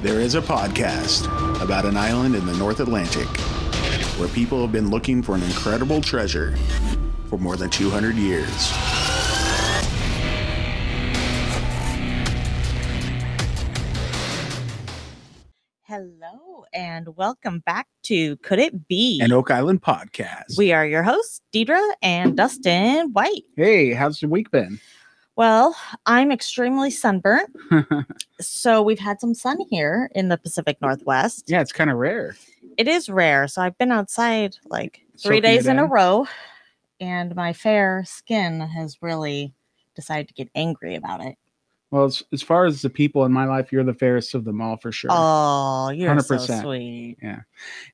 There is a podcast about an island in the North Atlantic where people have been looking for an incredible treasure for more than 200 years. Hello and welcome back to Could It Be? An Oak Island podcast. we are your hosts, Deidre and Dustin White. hey, how's your week been? Well, I'm extremely sunburnt. So we've had some sun here in the Pacific Northwest. Mm-hmm. yeah, it's kind of rare. It is rare. So I've been outside like three Soaking days it in a in. row, and my fair skin has really decided to get angry about it. Well, as, as far as the people in my life, you're the fairest of them all for sure. Oh, you're so 100%. sweet.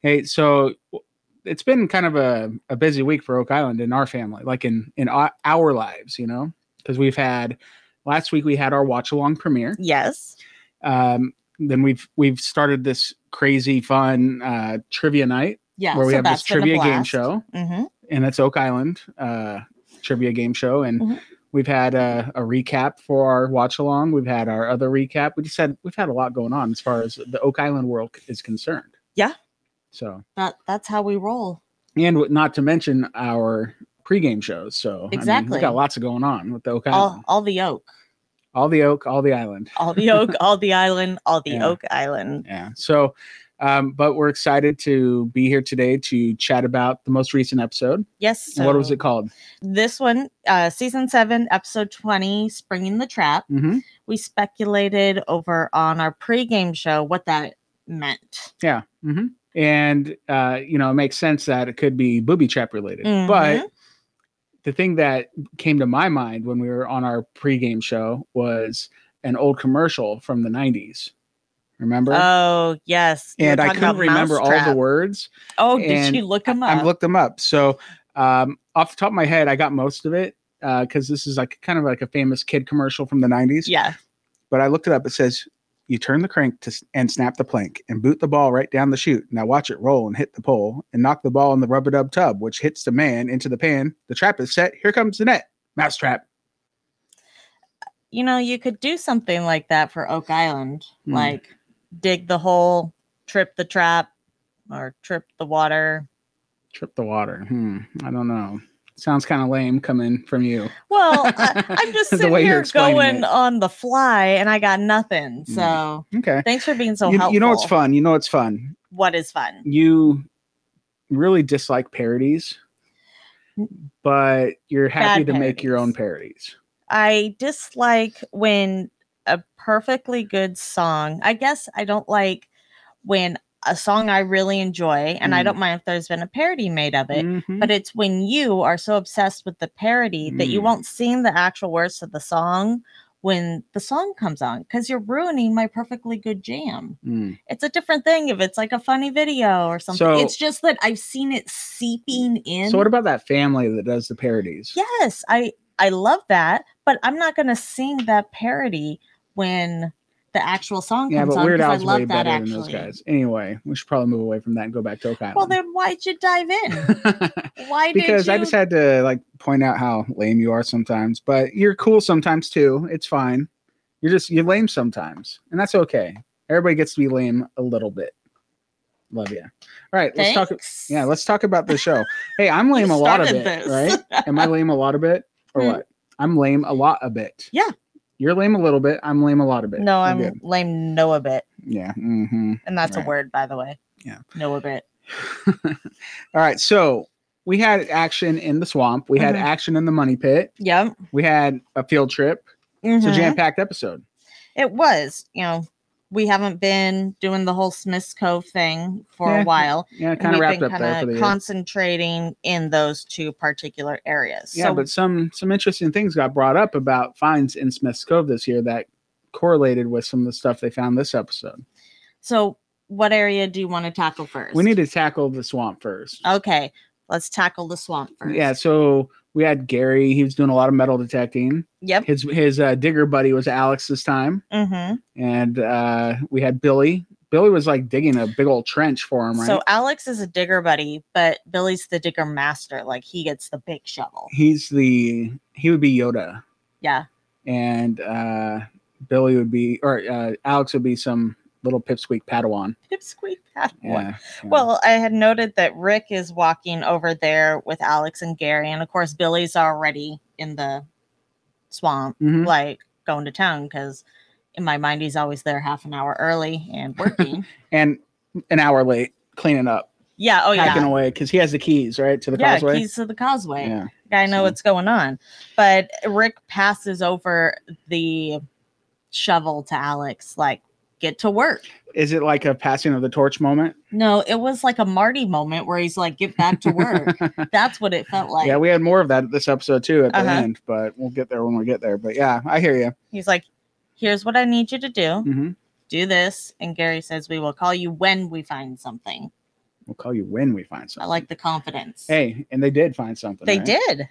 hey, so w- it's been kind of a, a busy week for Oak Island in our family, like in in our, our lives, you know, because we've had last week we had our watch along premiere. Yes. Um, then we've we've started this crazy fun uh, trivia night Yeah. where we so have this that's been a trivia game blast. show, Mhm. and it's Oak Island uh, trivia game show, and Mhm. we've had a, a recap for our watch along. We've had our other recap. We just had we've had a lot going on as far as the Oak Island world is concerned. Yeah. So That, that's how we roll. and w- not to mention our pregame shows. So I mean, Exactly. we've got lots of going on with the Oak All, Island, all the oak. all, the Oak, all the Island. all the oak, all the island, all the Yeah. oak island. Yeah. So. Um, but we're excited to be here today to chat about the most recent episode. Yes. And what was so it called? This one, uh, season seven, episode 20, Springing the Trap. hmm We speculated over on our pregame show what that meant. Yeah. hmm And, uh, you know, it makes sense that it could be booby trap related. Mhm. But the thing that came to my mind when we were on our pregame show was an old commercial from the 90s. Remember? Oh, yes. you were and I talking about couldn't remember all Mousetrap. the words. Oh, did and you look them up? I've looked them up. So, um, off the top of my head, I got most of it because this is like kind of like a famous kid commercial from the 90s. yeah. But I looked it up. It says, you turn the crank to, s- and snap the plank and boot the ball right down the chute. Now watch it roll and hit the pole and knock the ball in the rubber dub tub, which hits the man into the pan. The trap is set. Here comes the net. Mousetrap. You know, you could do something like that for Oak Island, Hmm. like dig the hole, trip the trap, or trip the water. Trip the water. Hmm. I don't know. Sounds kind of lame coming from you. Well, I, I'm just The sitting way you're here explaining going it. on the fly, and I got nothing. Mm. So Okay. thanks for being so you, helpful. you know what's fun? You know what's fun? What is fun? you really dislike parodies, but you're happy Bad to make your own parodies. I dislike when a perfectly good song. I guess I don't like when a song I really enjoy, and I Mm. don't mind if there's been a parody made of it. Mhm. But it's when you are so obsessed with the parody that you Mm. won't sing the actual words to the song when the song comes on because you're ruining my perfectly good jam. Mm. it's a different thing if it's like a funny video or something. So- it's just that I've seen it seeping in. So what about that family that does the parodies? yes, I I love that, but I'm not gonna sing that parody when the actual song Yeah, comes but on Weird because I Al's way love that better actually. than those guys. Anyway, we should probably move away from that and go back to Oak Island. Well, then why'd you dive in? Why did because you? I just had to like point out how lame you are sometimes, but you're cool sometimes too. It's fine. You're just you're lame sometimes, and that's okay. Everybody gets to be lame a little bit. Love you. All right, let's talk. Thanks. Yeah, let's talk about the show. Hey, I'm lame a lot of started it, this. right? Am I lame a lot of it or Hmm. what? I'm lame a lot a bit. Yeah. You're lame a little bit. I'm lame a lot of it. no, I'm good. lame. Noah bit, Yeah. hmm and that's a Right. word, by the way. Yeah. Noah bit. All right. So we had action in the swamp. We had Mhm. action in the money pit. Yep. We had a field trip. It's Mhm. a jam packed episode. It was, you know, we haven't been doing the whole Smith's Cove thing for a Yeah, while. Yeah, and kind of we've wrapped been up there for kind the of year. concentrating in those two particular areas. Yeah, so, but some some interesting things got brought up about finds in Smith's Cove this year that correlated with some of the stuff they found this episode. so what area do you want to tackle first? We need to tackle the swamp first. Okay, let's tackle the swamp first. Yeah, so we had Gary. He was doing a lot of metal detecting. Yep. His his uh, digger buddy was Alex this time, Mm-hmm. and uh, we had Billy. Billy was like digging a big old trench for him, right? So Alex is a digger buddy, but Billy's the digger master. Like he gets the big shovel. He's the he would be Yoda, Yeah. and uh, Billy would be or uh, Alex would be some little pipsqueak Padawan. Pipsqueak Padawan. Yeah. yeah. Well, I had noted that Rick is walking over there with Alex and Gary, and of course Billy's already in the swamp, Mhm. like going to town because in my mind he's always there half an hour early and working. and an hour late cleaning up, yeah. Oh yeah. packing away because he has the keys right to the yeah, causeway. keys to the causeway. Yeah. I know so- what's going on. But Rick passes over the shovel to Alex, like, get to work. Is it like a passing of the torch moment? No, it was like a Marty moment where he's like, get back to work. That's what it felt like. yeah, we had more of that this episode too at the Uh-huh. end, but we'll get there when we get there. But yeah, I hear you. he's like, here's what I need you to do hmm do this. And Gary says, we will call you when we find something. We'll call you when we find I something. like the confidence. Hey, and they did find something. they right? did.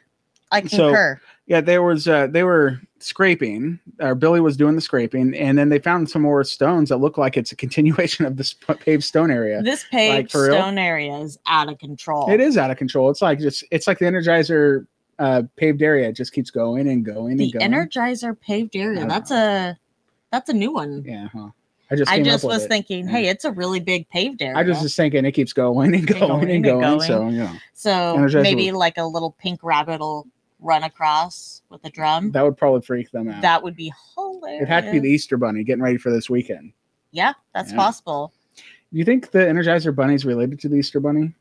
I So- concur. Yeah, there was uh, they were scraping, or Billy was doing the scraping, and then they found some more stones that look like it's a continuation of this paved stone area. this paved for real? stone area is out of control. It is out of control. It's like just it's like the Energizer uh, paved area It just keeps going and going The and going. Energizer paved area. I That's know. a that's a new one. yeah, huh. I just I came up just with was it. thinking, hey, it's a really big paved area. I just was thinking it keeps going and And going and going. going and So you know so Energizer maybe would- like a little pink rabbit will run across with a drum. That, that would probably freak them out. would be hilarious. It'd have to be the Easter Bunny getting ready for this weekend. yeah, that's Yeah. possible. Do you think the Energizer Bunny is related to the Easter Bunny?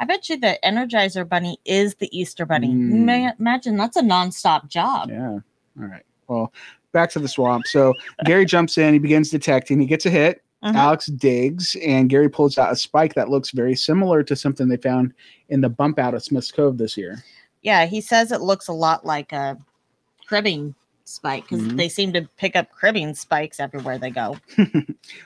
I bet you the Energizer Bunny is the Easter Bunny. Mm. Ma- imagine that's a nonstop job. Yeah. All right. Well, back to the swamp. So Gary jumps in. He begins detecting. He gets a hit. Mhm. Alex digs, and Gary pulls out a spike that looks very similar to something they found in the bump out of Smith's Cove this year. Yeah, he says it looks a lot like a cribbing spike because Mhm. they seem to pick up cribbing spikes everywhere they go.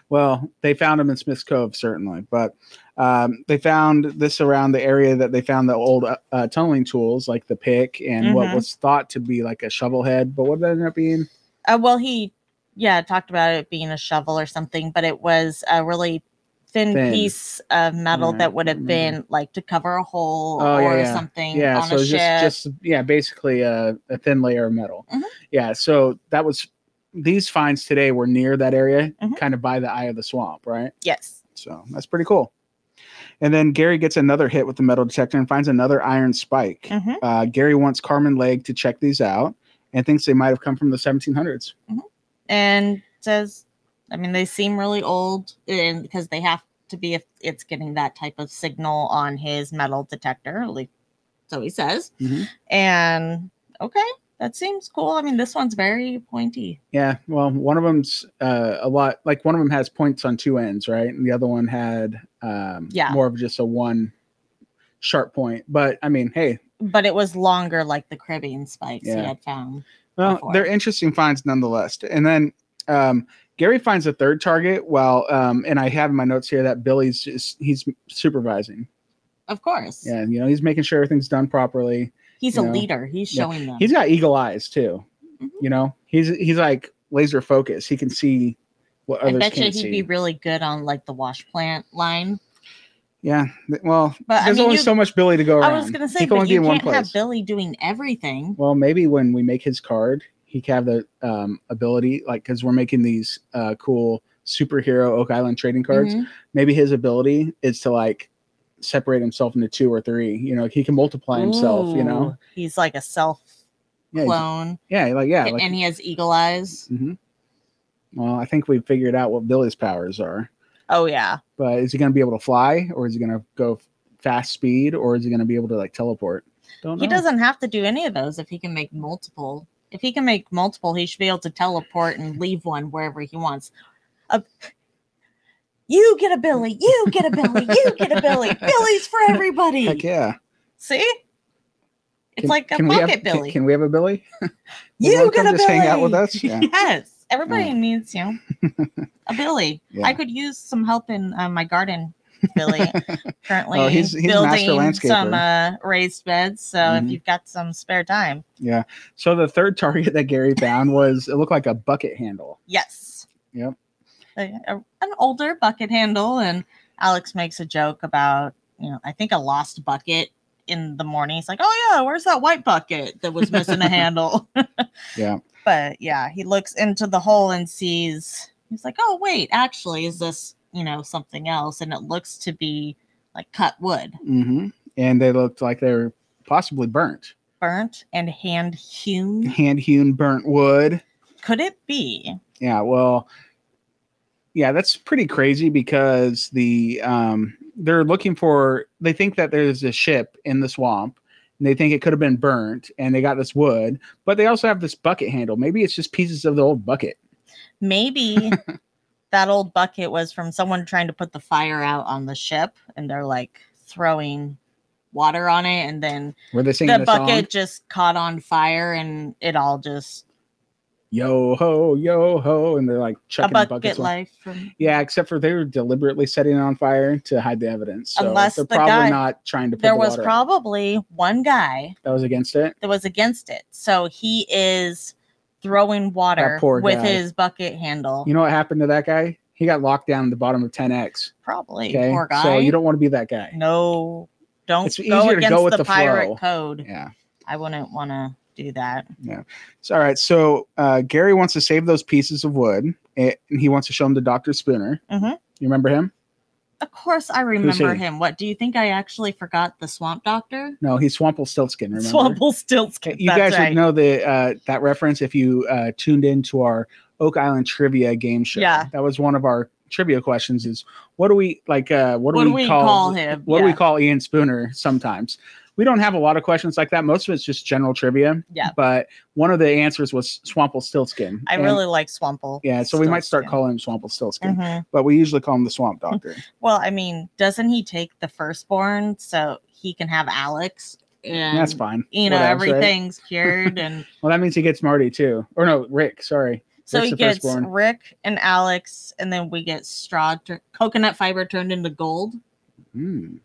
Well, they found him in Smith's Cove, certainly, but um, they found this around the area that they found the old uh, uh, tunneling tools, like the pick and what Mhm. was thought to be like a shovel head. But what did that end up being? Uh, well, he, yeah, talked about it being a shovel or something, but it was a really thin, Thin. piece of metal Yeah, that would have mhm. been like to cover a hole Oh, yeah, or yeah. something Yeah, on so a just ship. just yeah, basically a, a thin layer of metal. Mhm. Yeah, so that was these finds today were near that area, Mhm. kind of by the eye of the swamp, right? yes. So that's pretty cool. And then Gary gets another hit with the metal detector and finds another iron spike. Mhm. Uh, Gary wants Carmen Leg to check these out and thinks they might have come from the 1700s. And says, I mean, they seem really old and because they have to be if it's getting that type of signal on his metal detector. Like, so he says. Mhm. And okay, that seems cool. I mean, this one's very pointy. Yeah, well, one of them's uh, a lot like one of them has points on two ends, right? And the other one had um, Yeah. more of just a one sharp point. But I mean, hey, But it was longer, like the cribbing spikes Yeah. he had found. Well, before. they're interesting finds nonetheless. And then um, Gary finds a third target while, um, and I have in my notes here that Billy's just, he's supervising. Of course. Yeah, you know, he's making sure everything's done properly. He's you a know? leader. He's Yeah. showing them. He's got eagle eyes too. Mhm. You know, he's he's like laser focused. He can see what I others bet you can't he'd see. be really good on like the wash plant line. yeah. th- Well, But I there's mean, only you- so much Billy to go around. I was gonna He say, can only but be you in one can't place. have Billy doing everything. Well, maybe when we make his card, he can have the um, ability, like, because we're making these uh, cool superhero Oak Island trading cards. Mhm. maybe his ability is to like separate himself into two or three. You know, he can multiply himself. You know, Ooh, he's like a self yeah, he's- clone, yeah, like yeah, a- like. and he has eagle eyes. mhm. Well, I think we figured out what Billy's powers are, Oh yeah, but is he going to be able to fly, or is he going to go f- fast speed, or is he going to be able to like teleport? Don't know. he doesn't have to do any of those if he can make multiple. If he can make multiple, he should be able to teleport and leave one wherever he wants. A- you get a Billy. You get a Billy. You get a Billy. Billy's for everybody. Heck yeah! See? It's Can- like a can we have- pocket can- Billy. Can, we have a Billy? you wanna get come a just Billy. hang out with us? Yeah. Yes. Everybody needs, you know, a Billy. Yeah. I could use some help in uh, my garden, Billy. Currently Oh, he's- he's master building some uh, landscaper. raised beds. So Mhm. if you've got some spare time, Yeah. So the third target that Gary found was it looked like a bucket handle. yes. Yep. A- a- an older bucket handle. And Alex makes a joke about, you know, I think a lost bucket in the morning. He's like, oh, yeah, where's that white bucket that was missing a handle? Yeah. But yeah, he looks into the hole and sees He's like, oh, wait, actually, is this, you know, something else? And it looks to be like cut wood, hmm And they looked like they were possibly burnt, burnt and hand hewn. hand hewn burnt wood. Could it be? Yeah, well, yeah, that's pretty crazy because the um they're looking for they think that there's a ship in the swamp and they think it could have been burnt and they got this wood, but they also have this bucket handle. Maybe it's just pieces of the old bucket. Maybe that old bucket was from someone trying to put the fire out on the ship and they're like throwing water on it and then Were they singing the the bucket song? just caught on fire and it all just Yo ho, yo ho, and they're like chucking a buckets. bucket on- life from Yeah, except for they were deliberately setting it on fire to hide the evidence. So Unless they're the probably guy- not trying to put there the was water out. probably one guy that was against it. that was against it so he is throwing water poor with guy. his bucket handle You know what happened to that guy? He got locked down at the bottom of 10x. probably Okay, poor guy so you don't want to be that guy. no don't It's easier to go go against with the, the pirate flow. code Yeah. i wouldn't want to do that So, all right. So uh, Gary wants to save those pieces of wood, eh, and he wants to show them to Doctor Spooner. Mhm. You remember him? of course i remember he? him what do you think i actually forgot the swamp doctor No, he's Swamplestiltskin. Remember? swample stilts Okay, You guys would know the uh, that reference if you uh, tuned into our Oak Island trivia game show. Yeah. that was one of our trivia questions. Is what do we like? Uh, what do we, call, him What yeah. do we call Ian Spooner? Sometimes we don't have a lot of questions like that. Most of it's just general trivia. Yeah. But one of the answers was Swamplestiltskin. i and- really like swample Yeah, so we might start Stiltskin. calling him Swamplestiltskin. Mhm. but we usually call him the Swamp Doctor. Well, I mean, doesn't he take the firstborn so he can have Alex? And And that's fine. You know, What else, right? everything's cured, and Well, that means he gets Marty too, or no, Rick. Sorry. so Rick's he the gets firstborn. Rick and Alex, and then we get straw tur- coconut fiber turned into gold. Hmm.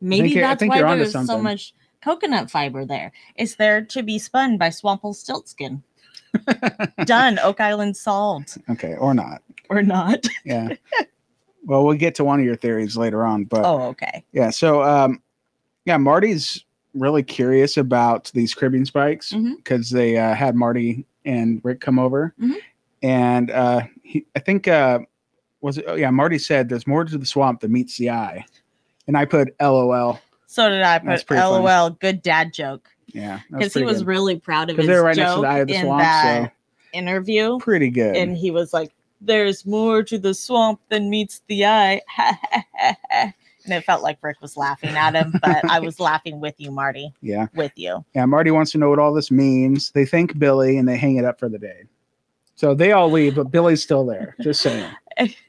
Maybe you're- I that's think why you're onto there's so something. much coconut fiber there. It's there to be spun by Swample Stiltskin. Done. Oak Island solved Okay, or not. or not? Yeah. well, we'll get to one of your theories later on, but Oh, okay. yeah. So, um, yeah, Marty's really curious about these cribbing spikes Mhm. because they uh, had Marty and Rick come over, Mhm. and uh, he, I think uh, was it? Oh, yeah, Marty said there's more to the swamp than meets the eye, and I put LOL. So did I That's put pretty funny. LOL. Good dad joke Yeah, that because he pretty was good. really proud of his because they were right joke next to the eye of the in swamp, that interview, so pretty good. and he was like, "There's more to the swamp than meets the eye." and it felt like Rick was laughing at him, but I was laughing with you, Marty, yeah, with you. yeah. Marty wants to know what all this means. They thank Billy and they hang it up for the day. So they all leave, but Billy's still there. Just saying.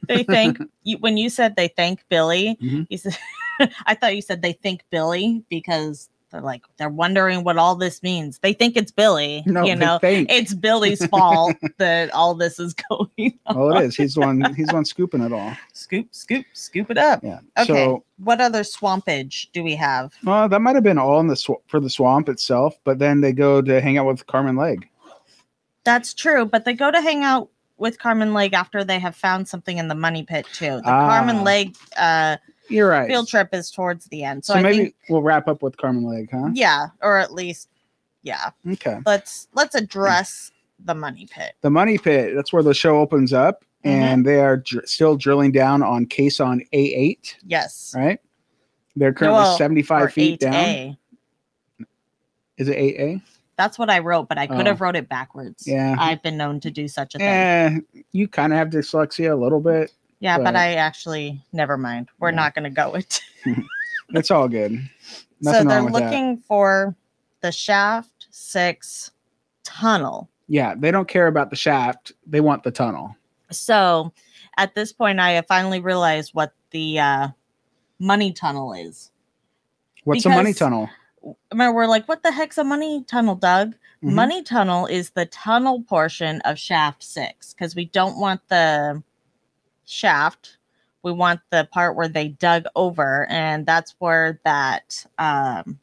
They thank you when you said they thank Billy. Mhm. You said, "I thought you said they thank Billy because they're like they're wondering what all this means. They think it's Billy, No, you they know." thank. It's Billy's fault that all this is going on. well, Oh, it is. He's the one. He's the one scooping it all. Scoop, scoop, scoop it up. Yeah. Okay. So, what other swampage do we have? well, that might have been all in the sw- for the swamp itself, but then they go to hang out with Carmen Leg. That's true, but they go to hang out with Carmen Leg after they have found something in the money pit too. The Ah. Carmen Leg uh, You're right. field trip is towards the end, so, so I maybe think we'll wrap up with Carmen Leg, huh? yeah, or at least yeah. Okay. Let's let's Mm. address the money pit. the money pit that's where the show opens up Mhm. and they are dr- still drilling down on case on a8 Yes, right they're currently Well, 75 or feet down 8A. is it 8a That's what I wrote, but I could Oh. have wrote it backwards. Yeah. I've been known to do such a thing. eh, you kind of have dyslexia a little bit Yeah, but But- I actually never mind. We're Yeah. not going to go with. it's all good so nothing they're wrong with that looking for the shaft six tunnel. yeah they don't care about the shaft they want the tunnel So at this point, I have finally realized what the uh, money tunnel is. what's a money Because- tunnel Remember, we're like, what the heck's a money tunnel, Doug? Mhm. Money tunnel is the tunnel portion of shaft six because we don't want the shaft. We want the part where they dug over, and that's where that um,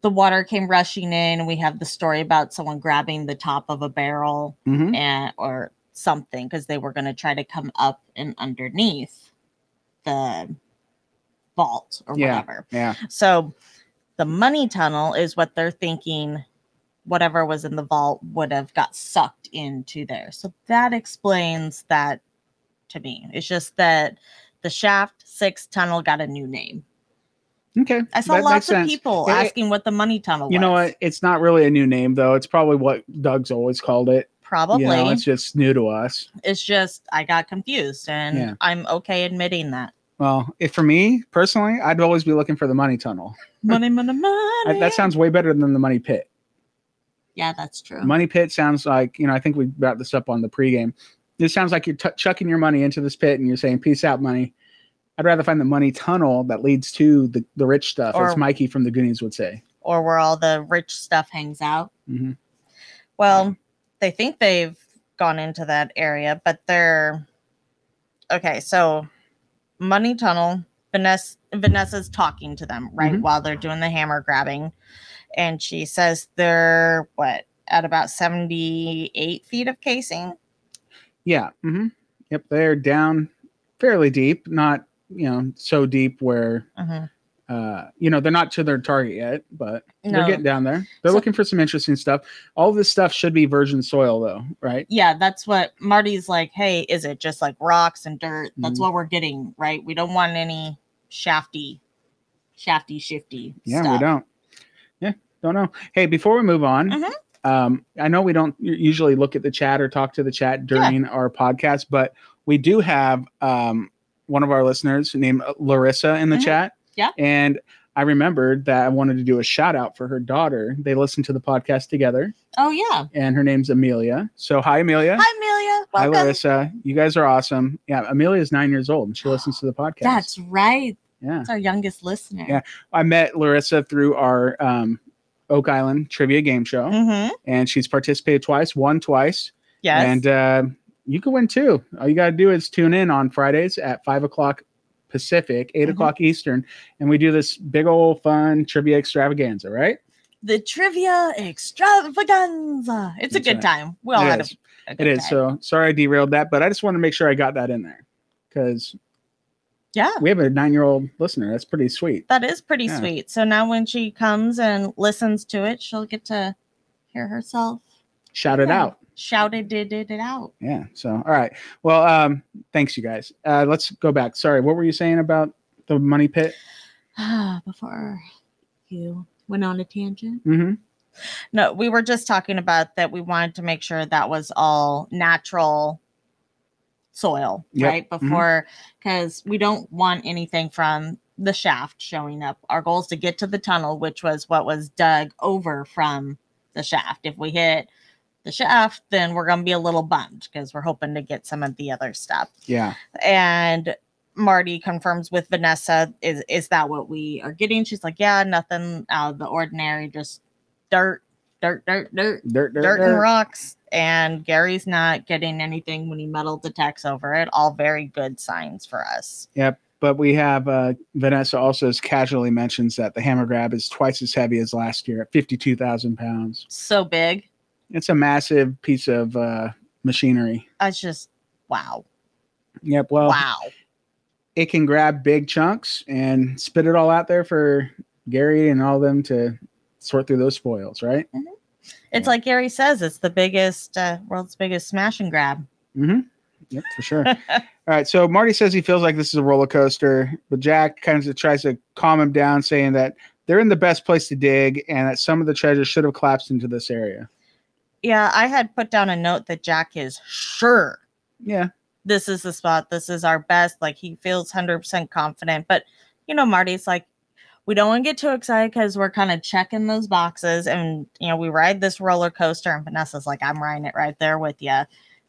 the water came rushing in. We have the story about someone grabbing the top of a barrel Mhm. and or something because they were going to try to come up and underneath the vault or Yeah. whatever. yeah So the money tunnel is what they're thinking whatever was in the vault would have got sucked into there. So that explains that to me. It's just that the shaft six tunnel got a new name. Okay. I saw that makes lots of sense. people It- asking what the money tunnel You was. know what? It's not really a new name though. It's probably what Doug's always called it. Probably. You know, it's it's, just new to us. just I got confused and Yeah. I'm okay admitting that. Well, if for me personally, I'd always be looking for the money tunnel. Money, money, I- money. that sounds way better than the money pit. yeah, that's true. Money pit sounds like you know. I think we brought this up on the pregame. It sounds like you're t- chucking your money into this pit and you're saying peace out, money. I'd rather find the money tunnel that leads to the, the rich stuff, Or- as Mikey from the Goonies would say. or where all the rich stuff hangs out. hmm Well, they think they've gone into that area, but they're okay. So, money tunnel. Vanessa Vanessa's talking to them right Mhm. while they're doing the hammer grabbing, and she says they're what at about seventy eight feet of casing. Yeah. hmm Yep. They're down fairly deep, not you know so deep where Mhm. uh you know they're not to their target yet, but No. they're getting down there. They're So- looking for some interesting stuff. All this stuff should be virgin soil, though, right? Yeah, that's what Marty's like. Hey, is it just like rocks and dirt? That's Mhm. what we're getting, right? We don't want any shafty, shafty, shifty. Yeah, stuff. we don't. Yeah, don't know. Hey, before we move on, Mhm. um, I know we don't u- usually look at the chat or talk to the chat during our podcast, but we do have um, one of our listeners named Larissa in the Mhm. chat. Yeah. And I remembered that I wanted to do a shout out for her daughter. They listen to the podcast together, Oh yeah. and her name's Amelia. So, hi, Amelia. Hi, Amelia. Hi, Welcome. Larissa. You guys are awesome. Yeah, Amelia is nine years old and she listens to the podcast. That's right. yeah. That's our youngest listener. Yeah. I met Larissa through our um, Oak Island trivia game show, Mm-hmm. and she's participated twice, won twice, Yes. and uh, you can win too. All you got to do is tune in on Fridays at five o'clock Pacific, 8 Mhm. o'clock Eastern, and we do this big old fun trivia extravaganza, right? the trivia extravaganza. It's a That's good right. time. We all It had a, is. a good It is. time. So sorry I derailed that, but I just want to make sure I got that in there because yeah. we have a nine-year-old listener. That's pretty sweet. That is pretty Yeah. sweet. So now when she comes and listens to it, she'll get to hear herself Shout it Yeah. out. shouted did it out. Yeah. So, all right. Well, um, thanks, you guys. Uh, let's go back. Sorry, what were you saying about the money pit? Before you went on a tangent. Mm-hmm. No, we were just talking about that we wanted to make sure that was all natural soil, Yep. right? Before because we don't want anything from the shaft showing up. Our goal is to get to the tunnel, which was what was dug over from the shaft. If we hit the shaft, then we're going to be a little bummed because we're hoping to get some of the other stuff Yeah. and Marty confirms with Vanessa, is is that what we are getting? She's like, yeah, nothing out of the ordinary, just dirt, dirt, dirt, dirt, Dirt, dirt, dirt, and dirt. rocks. And Gary's not getting anything when he metal detects over it. All very good signs for us. Yep. But we have uh, Vanessa also has casually mentions that the hammer grab is twice as heavy as last year at 52,000 pounds. So big. It's a massive piece of uh, machinery. That's just wow, Yep. Well, wow. it can grab big chunks and spit it all out there for Gary and all them to sort through those spoils, right? It's yeah. like Gary says, it's the biggest uh, world's biggest smash and grab. Mm-hmm. Yep, for sure. All right. So Marty says he feels like this is a roller coaster, but Jack kind of tries to calm him down, saying that they're in the best place to dig and that some of the treasure should have collapsed into this area. Yeah, I had put down a note that Jack is sure Yeah. this is the spot. This is our best. Like he feels 100% confident. But, you know, Marty's like, we don't want to get too excited because we're kind of checking those boxes. And, you know, we ride this roller coaster. And Vanessa's like, I'm riding it right there with you.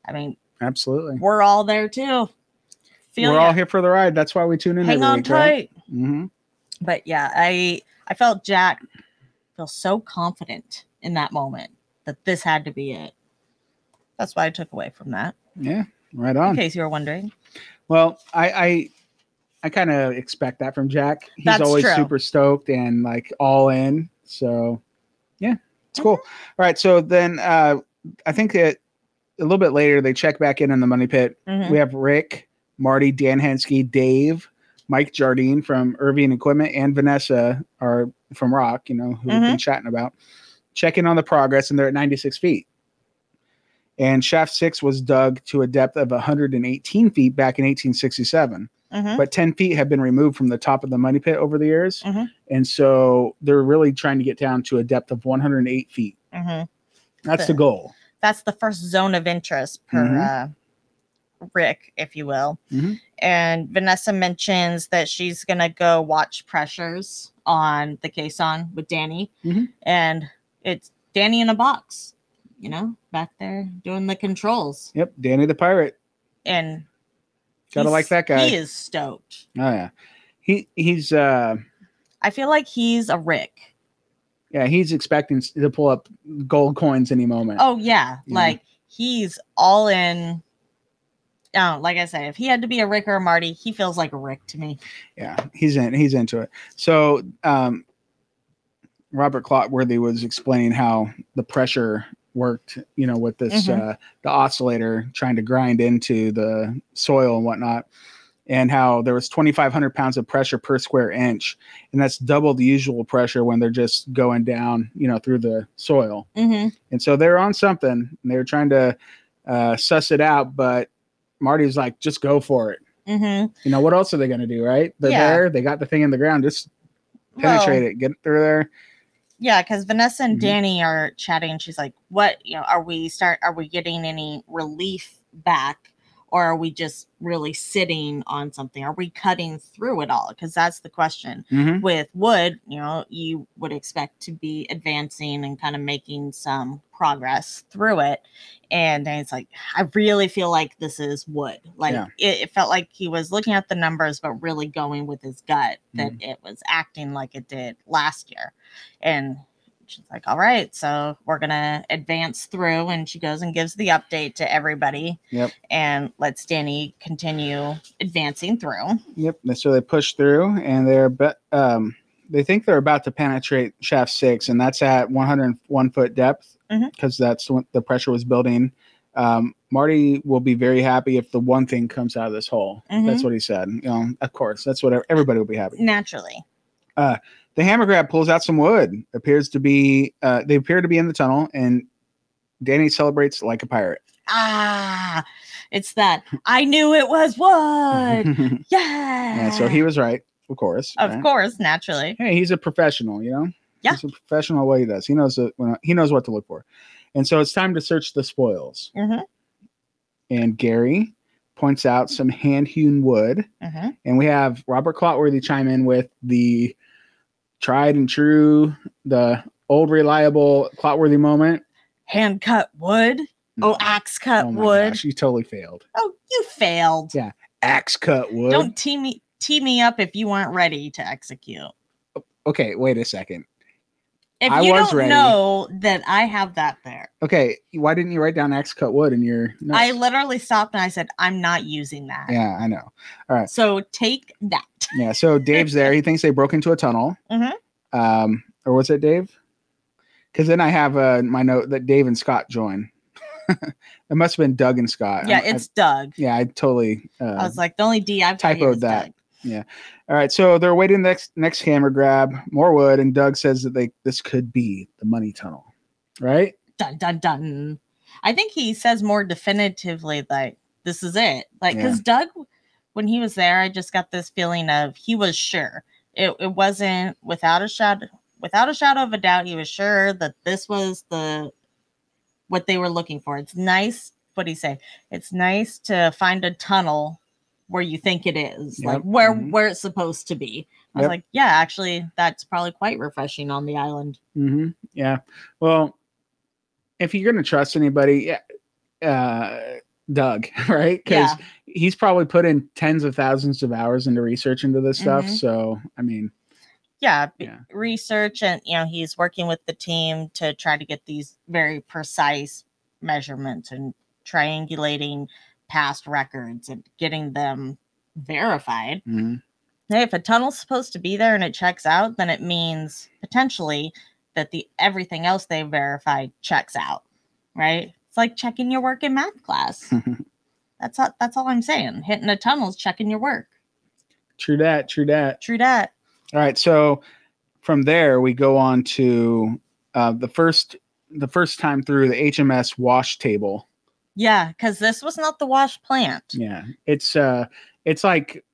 I mean, Absolutely. we're all there too. Feel We're ya. all here for the ride. That's why we tune in Hang every on week, tight. right? Mm-hmm. But yeah, I I felt Jack feel so confident in that moment that this had to be it. That's what I took away from that. Yeah. Right In on. case you were wondering. Well, I, I, I kind of expect that from Jack. He's That's always true. super stoked and like all in. So, yeah, it's cool. Mm-hmm. All right. So then uh, I think that a little bit later they check back in on the money pit. Mhm. We have Rick, Marty, Dan Hensky, Dave, Mike Mm-hmm. Jardine from Irving Equipment, and Vanessa are from Rock, you know, who we've been chatting about. checking on the progress, and they're at 96 feet. And shaft six was dug to a depth of 118 feet back in 1867 Mhm. but 10 feet have been removed from the top of the money pit over the years. Mhm. And so they're really trying to get down to a depth of 108 feet. Mhm. That's the goal. That's the first zone of interest per Mm-hmm. uh, Rick, if you will. Mhm. And Vanessa mentions that she's going to go watch pressures on the caisson with Danny. Mhm. And it's Danny in a box, you know, back there doing the controls. Yep. Danny the pirate. And Gotta he's- like that guy. He is stoked. Oh, yeah. He, he's, uh, I feel like he's a Rick. yeah, he's expecting s- to pull up gold coins any moment. Oh yeah, You know? like he's all in. Oh, like I said, if he had to be a Rick or a Marty, he feels like a Rick to me. Yeah. He's in, he's into it. So, um, Robert Clotworthy was explaining how the pressure worked, you know, with this Mhm. uh, the oscillator trying to grind into the soil and whatnot, and how there was 2,500 pounds of pressure per square inch, and that's double the usual pressure when they're just going down, you know, through the soil. Mm-hmm. And so they're on something, and they're trying to uh, suss it out, but Marty's like, just go for it. Mm-hmm. You know, what else are they going to do, right? They're Yeah. there, they got the thing in the ground, just penetrate it, get through there. Yeah, because Vanessa and Mhm. Danny are chatting. She's like, "What? You know, are we start? Are we getting any relief back, or are we just really sitting on something? Are we cutting through it all? Because that's the question." Mm-hmm. with wood, you know, you would expect to be advancing and kind of making some progress through it. And then it's like, I really feel like this is wood. Like Yeah. it, it felt like he was looking at the numbers, but really going with his gut that Mm-hmm. it was acting like it did last year. And she's like, All right, so we're going to advance through. And she goes and gives the update to everybody. Yep. And lets Danny continue advancing through. Yep. and So they push through, and they're be- um, they think they're about to penetrate shaft six, and that's at 101 foot depth Mhm. because that's when the pressure was building. Um, Marty will be very happy if the one thing comes out of this hole. That's what he said. You know, of course, that's what everybody will be happy. Naturally. The hammer grab pulls out some wood. Appears to be uh, they appear to be in the tunnel, and Danny celebrates like a pirate. ah, it's that I knew it was wood. Yeah. Mm-hmm. yeah, so he was right, of course. of right? course, naturally. hey, he's a professional, you know. Yeah. he's a professional. at What he does, he knows that when he knows what to look for, and so it's time to search the spoils. hmm And Gary points out some hand-hewn wood, hmm and we have Robert Clotworthy chime in with the tried and true, the old reliable Clotworthy moment. Hand cut wood. Oh, axe cut Mm. Oh my wood. gosh, you totally failed. Oh, you failed. Yeah, Axe cut wood. Don't tee me tee me up if you weren't ready to execute. okay, wait a second. If I you was don't ready. know that I have that there, Okay, why didn't you write down axe cut wood in your notes? I literally stopped and I said, I'm not using that. yeah, I know. So take that. Yeah, so Dave's there. He thinks they broke into a tunnel. Mhm. Um, or was it Dave? Because then I have uh, my note that Dave and Scott join. it must have been Doug and Scott. yeah, I- I- it's Doug. yeah, I totally. Uh, I was like, the only D I've got here typoed is that. Doug. all right, so they're waiting next next hammer grab, more wood, and Doug says that they this could be the money tunnel, right? dun dun dun. I think he says more definitively like this is it. Like Yeah. because Doug, when he was there, I just got this feeling of he was sure. It it wasn't without a shadow without a shadow of a doubt. He was sure that this was the what they were looking for. It's nice. What do you say? It's nice to find a tunnel where you think it is, like Yep, where mhm. where it's supposed to be. I was Yep. like, yeah, actually, that's probably quite refreshing on the island. Mm-hmm. Yeah. Well, if you're gonna trust anybody, yeah, uh, Doug, right? Because Yeah. he's probably put in tens of thousands of hours into research into this stuff. Mhm. So, I mean, yeah, b- Yeah. research and you know he's working with the team to try to get these very precise measurements and triangulating past records and getting them verified hey if a tunnel's supposed to be there and it checks out then it means potentially that the everything else they verified checks out right it's like checking your work in math Hmm. class that's all that's all i'm saying hitting a tunnel's checking your work true that, true that. true that All right. So from there, we go on to uh, the first the first time through the HMS wash table. Yeah, because this was not the wash plant. Yeah, it's uh, it's like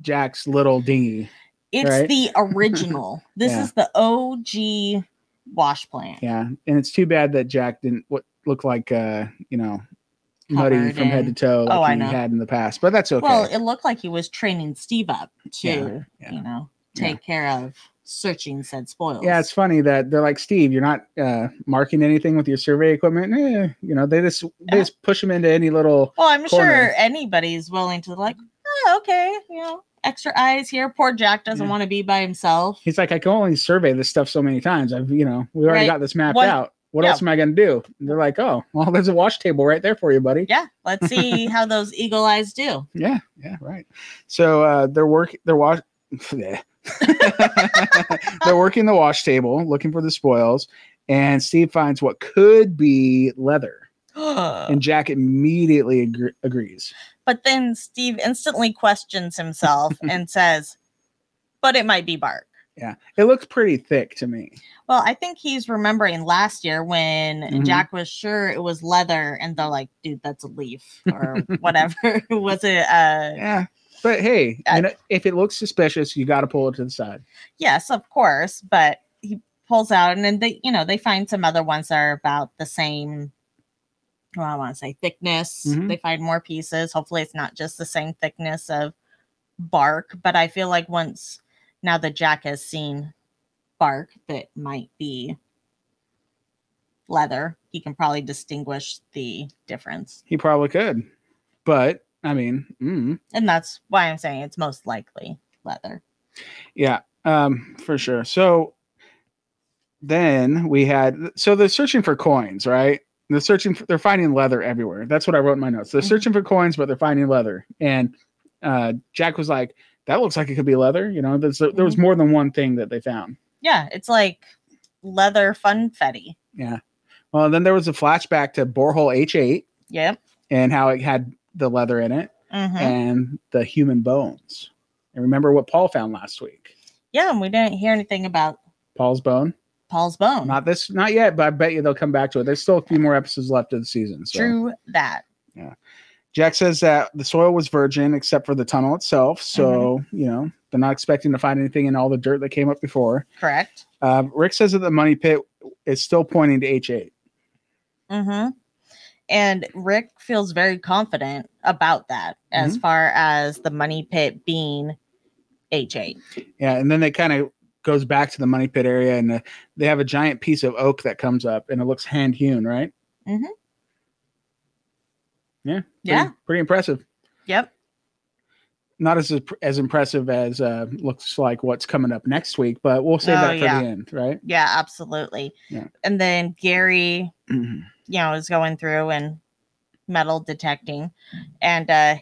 Jack's little dinghy. It's Right. the original. This Yeah. is the OG wash plant. Yeah, and it's too bad that Jack didn't what look like uh, you know, muddy Covered from head to in- toe like Oh, I he know. had in the past. But that's okay. Well, it looked like he was training Steve up to, Yeah, yeah, you know, yeah. take care of searching said spoils. Yeah, it's funny that they're like Steve. You're not uh, marking anything with your survey equipment. Eh, you know, they just they Yeah. just push him into any little. Well, I'm corner. sure anybody's willing to like, oh, okay, you know, extra eyes here. Poor Jack doesn't Yeah. want to be by himself. He's like, I can only survey this stuff so many times. I've you know, we already Right. got this mapped One- out. What yeah. else am I gonna do? And they're like, oh, well, there's a wash table right there for you, buddy. Yeah, let's see how those eagle eyes do. Yeah, yeah, right. So uh, they're work they're wash they're working the wash table, looking for the spoils, and Steve finds what could be leather, and Jack immediately agre- agrees. but then Steve instantly questions himself and says, but it might be bark. It looks pretty thick to me. Well, I think he's remembering last year when Mhm. Jack was sure it was leather, and they're like, dude, that's a leaf or whatever. was it? Uh, Yeah, but hey, I- you know, if it looks suspicious, you got to pull it to the side. yes, of course. But he pulls out, and then they, you know, they find some other ones that are about the same. Well, I want to say thickness. Mhm. They find more pieces. Hopefully, it's not just the same thickness of bark. But I feel like once now that Jack has seen bark, that might be leather. He can probably distinguish the difference, He probably could, but I mean, mm, and that's why I'm saying it's most likely leather. yeah, um, for sure. So then we had so they're searching for coins, right? They're searching. For, they're finding leather everywhere. That's what I wrote in my notes. They're Mhm. searching for coins, but they're finding leather. And uh, Jack was like, "That looks like it could be leather." You know, there's, there was more than one thing that they found. Yeah, it's like leather funfetti. Yeah. Well, then there was a flashback to borehole H8 Yep. and how it had the leather in it hmm and the human bones. And remember what Paul found last week? Yeah, and we didn't hear anything about Paul's bone. Paul's bone. Not this, not yet, but I bet you they'll come back to it. There's still a few more episodes left of the season. So. True that. Jack says that the soil was virgin except for the tunnel itself. Uh-huh. So, you know, they're not expecting to find anything in all the dirt that came up before. Correct. Uh, Rick says that the money pit is still pointing to H8. hmm And Rick feels very confident about that Mm-hmm. as far as the money pit being H8. Yeah, and then they kind of goes back to the money pit area, and uh they have a giant piece of oak that comes up, and it looks hand hewn, right? Mhm. Yeah. Pretty, Yeah. Pretty impressive. Yep. Not as as impressive as uh, looks like what's coming up next week, but we'll save Oh, that for yeah. the end, right? Yeah, absolutely. Yeah. And then Gary, you know, is going through and metal detecting and uh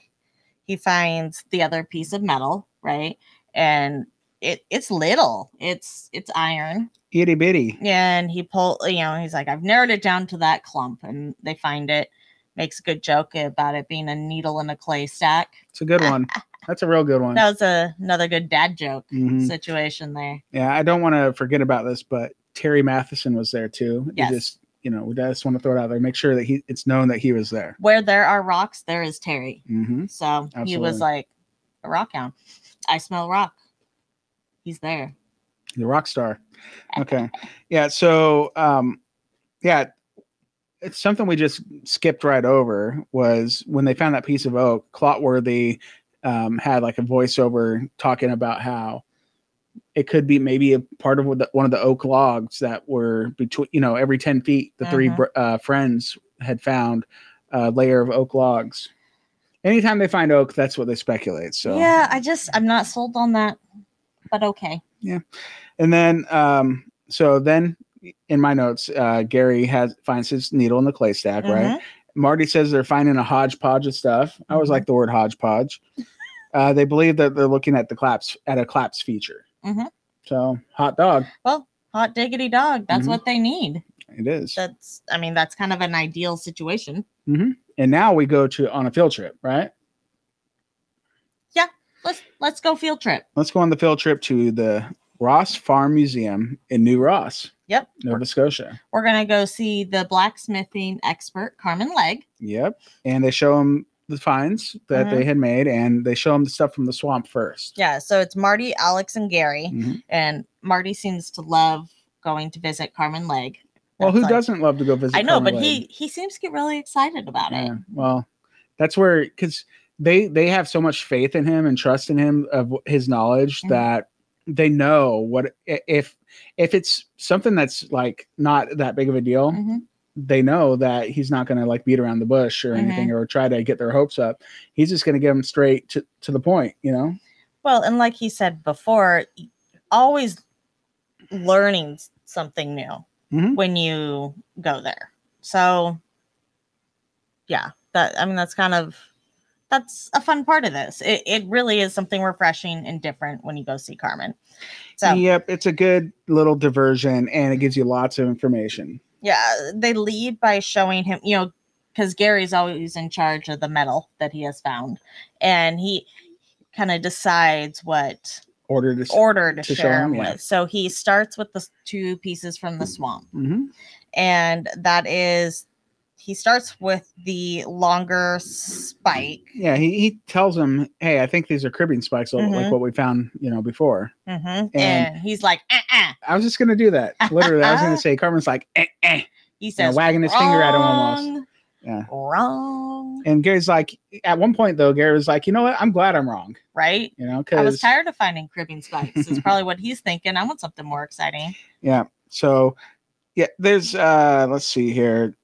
he finds the other piece of metal, right? And it it's little. It's it's iron. Itty bitty. and he pull you know he's like i've narrowed it down to that clump and they find it makes a good joke about it being a needle in a clay stack It's a good one. That's a real good one. that was a, another good dad joke Mhm. situation there Yeah, I don't want to forget about this, but Terry Matheson was there too. You Yes. Just you know, we just want to throw it out there, make sure that he it's known that he was there. where there are rocks there is terry Mm-hmm. so he was Absolutely. like a rock hound i smell rock he's there the rock star okay yeah so um yeah it's something we just skipped right over was when they found that piece of oak clotworthy um, had like a voiceover talking about how it could be maybe a part of the, one of the oak logs that were between you know every 10 feet the three Mhm. br- uh, friends had found a layer of oak logs anytime they find oak that's what they speculate so yeah i just i'm not sold on that but okay And then, um, so then in my notes, uh, Gary has finds his needle in the clay stack, Mm-hmm. right? Marty says they're finding a hodgepodge of stuff. I always Mhm. like the word hodgepodge. uh, they believe that they're looking at the claps at a claps feature. Mhm. So hot dog, well hot diggity dog that's Mhm. what they need it is. that's i mean that's kind of an ideal situation and now we go to on a field trip, right? let's let's go field trip. Let's go on the field trip to the Ross Farm Museum in New Ross. Yep. Nova Scotia. We're going to go see the blacksmithing expert, Carmen Legg. Yep. And they show him the finds that they had made, and they show him the stuff from the swamp first. Yeah. So it's Marty, Alex, and Gary. Mhm. And Marty seems to love going to visit Carmen Legg. Well, That's who like- doesn't love to go visit? I know, but Carmen Lake? he he seems to get really excited about it. Yeah, well, that's where because they they have so much faith in him and trust in him of wh- his knowledge Mhm. that they know what i- if if it's something that's like not that big of a deal, Mhm. they know that he's not going to like beat around the bush or anything Mm-hmm. or try to get their hopes up. He's just going to get them straight to to the point, you know. Well, and like he said before, always learning s- something new Mhm. when you go there. So yeah, that I mean that's kind of that's a fun part of this. It it really is something refreshing and different when you go see Carmen. So Yep, it's a good little diversion and it gives you lots of information. yeah, they lead by showing him, you know, because Gary's always in charge of the metal that he has found, and he kind of decides what Order to. order to, to show share him, him yeah. with. So he starts with the s- two pieces from the swamp, hmm and that is he starts with the longer spike. Yeah, he, he tells him, "Hey, I think these are cribbing spikes, like Mhm. what we found, you know, before." Mhm, And- And, he's like, uh-uh. I was just gonna do that. Literally, I was gonna say Carmen's like, eh, eh, he and says, wagging his finger at him almost. "Wrong, Yeah. wrong, And Gary's like, at one point though, Gary was like, you know what? I'm glad I'm wrong. right? You know, I was because tired of finding cribbing spikes. It's probably what he's thinking. I want something more exciting. yeah. So yeah, there's uh let's see here.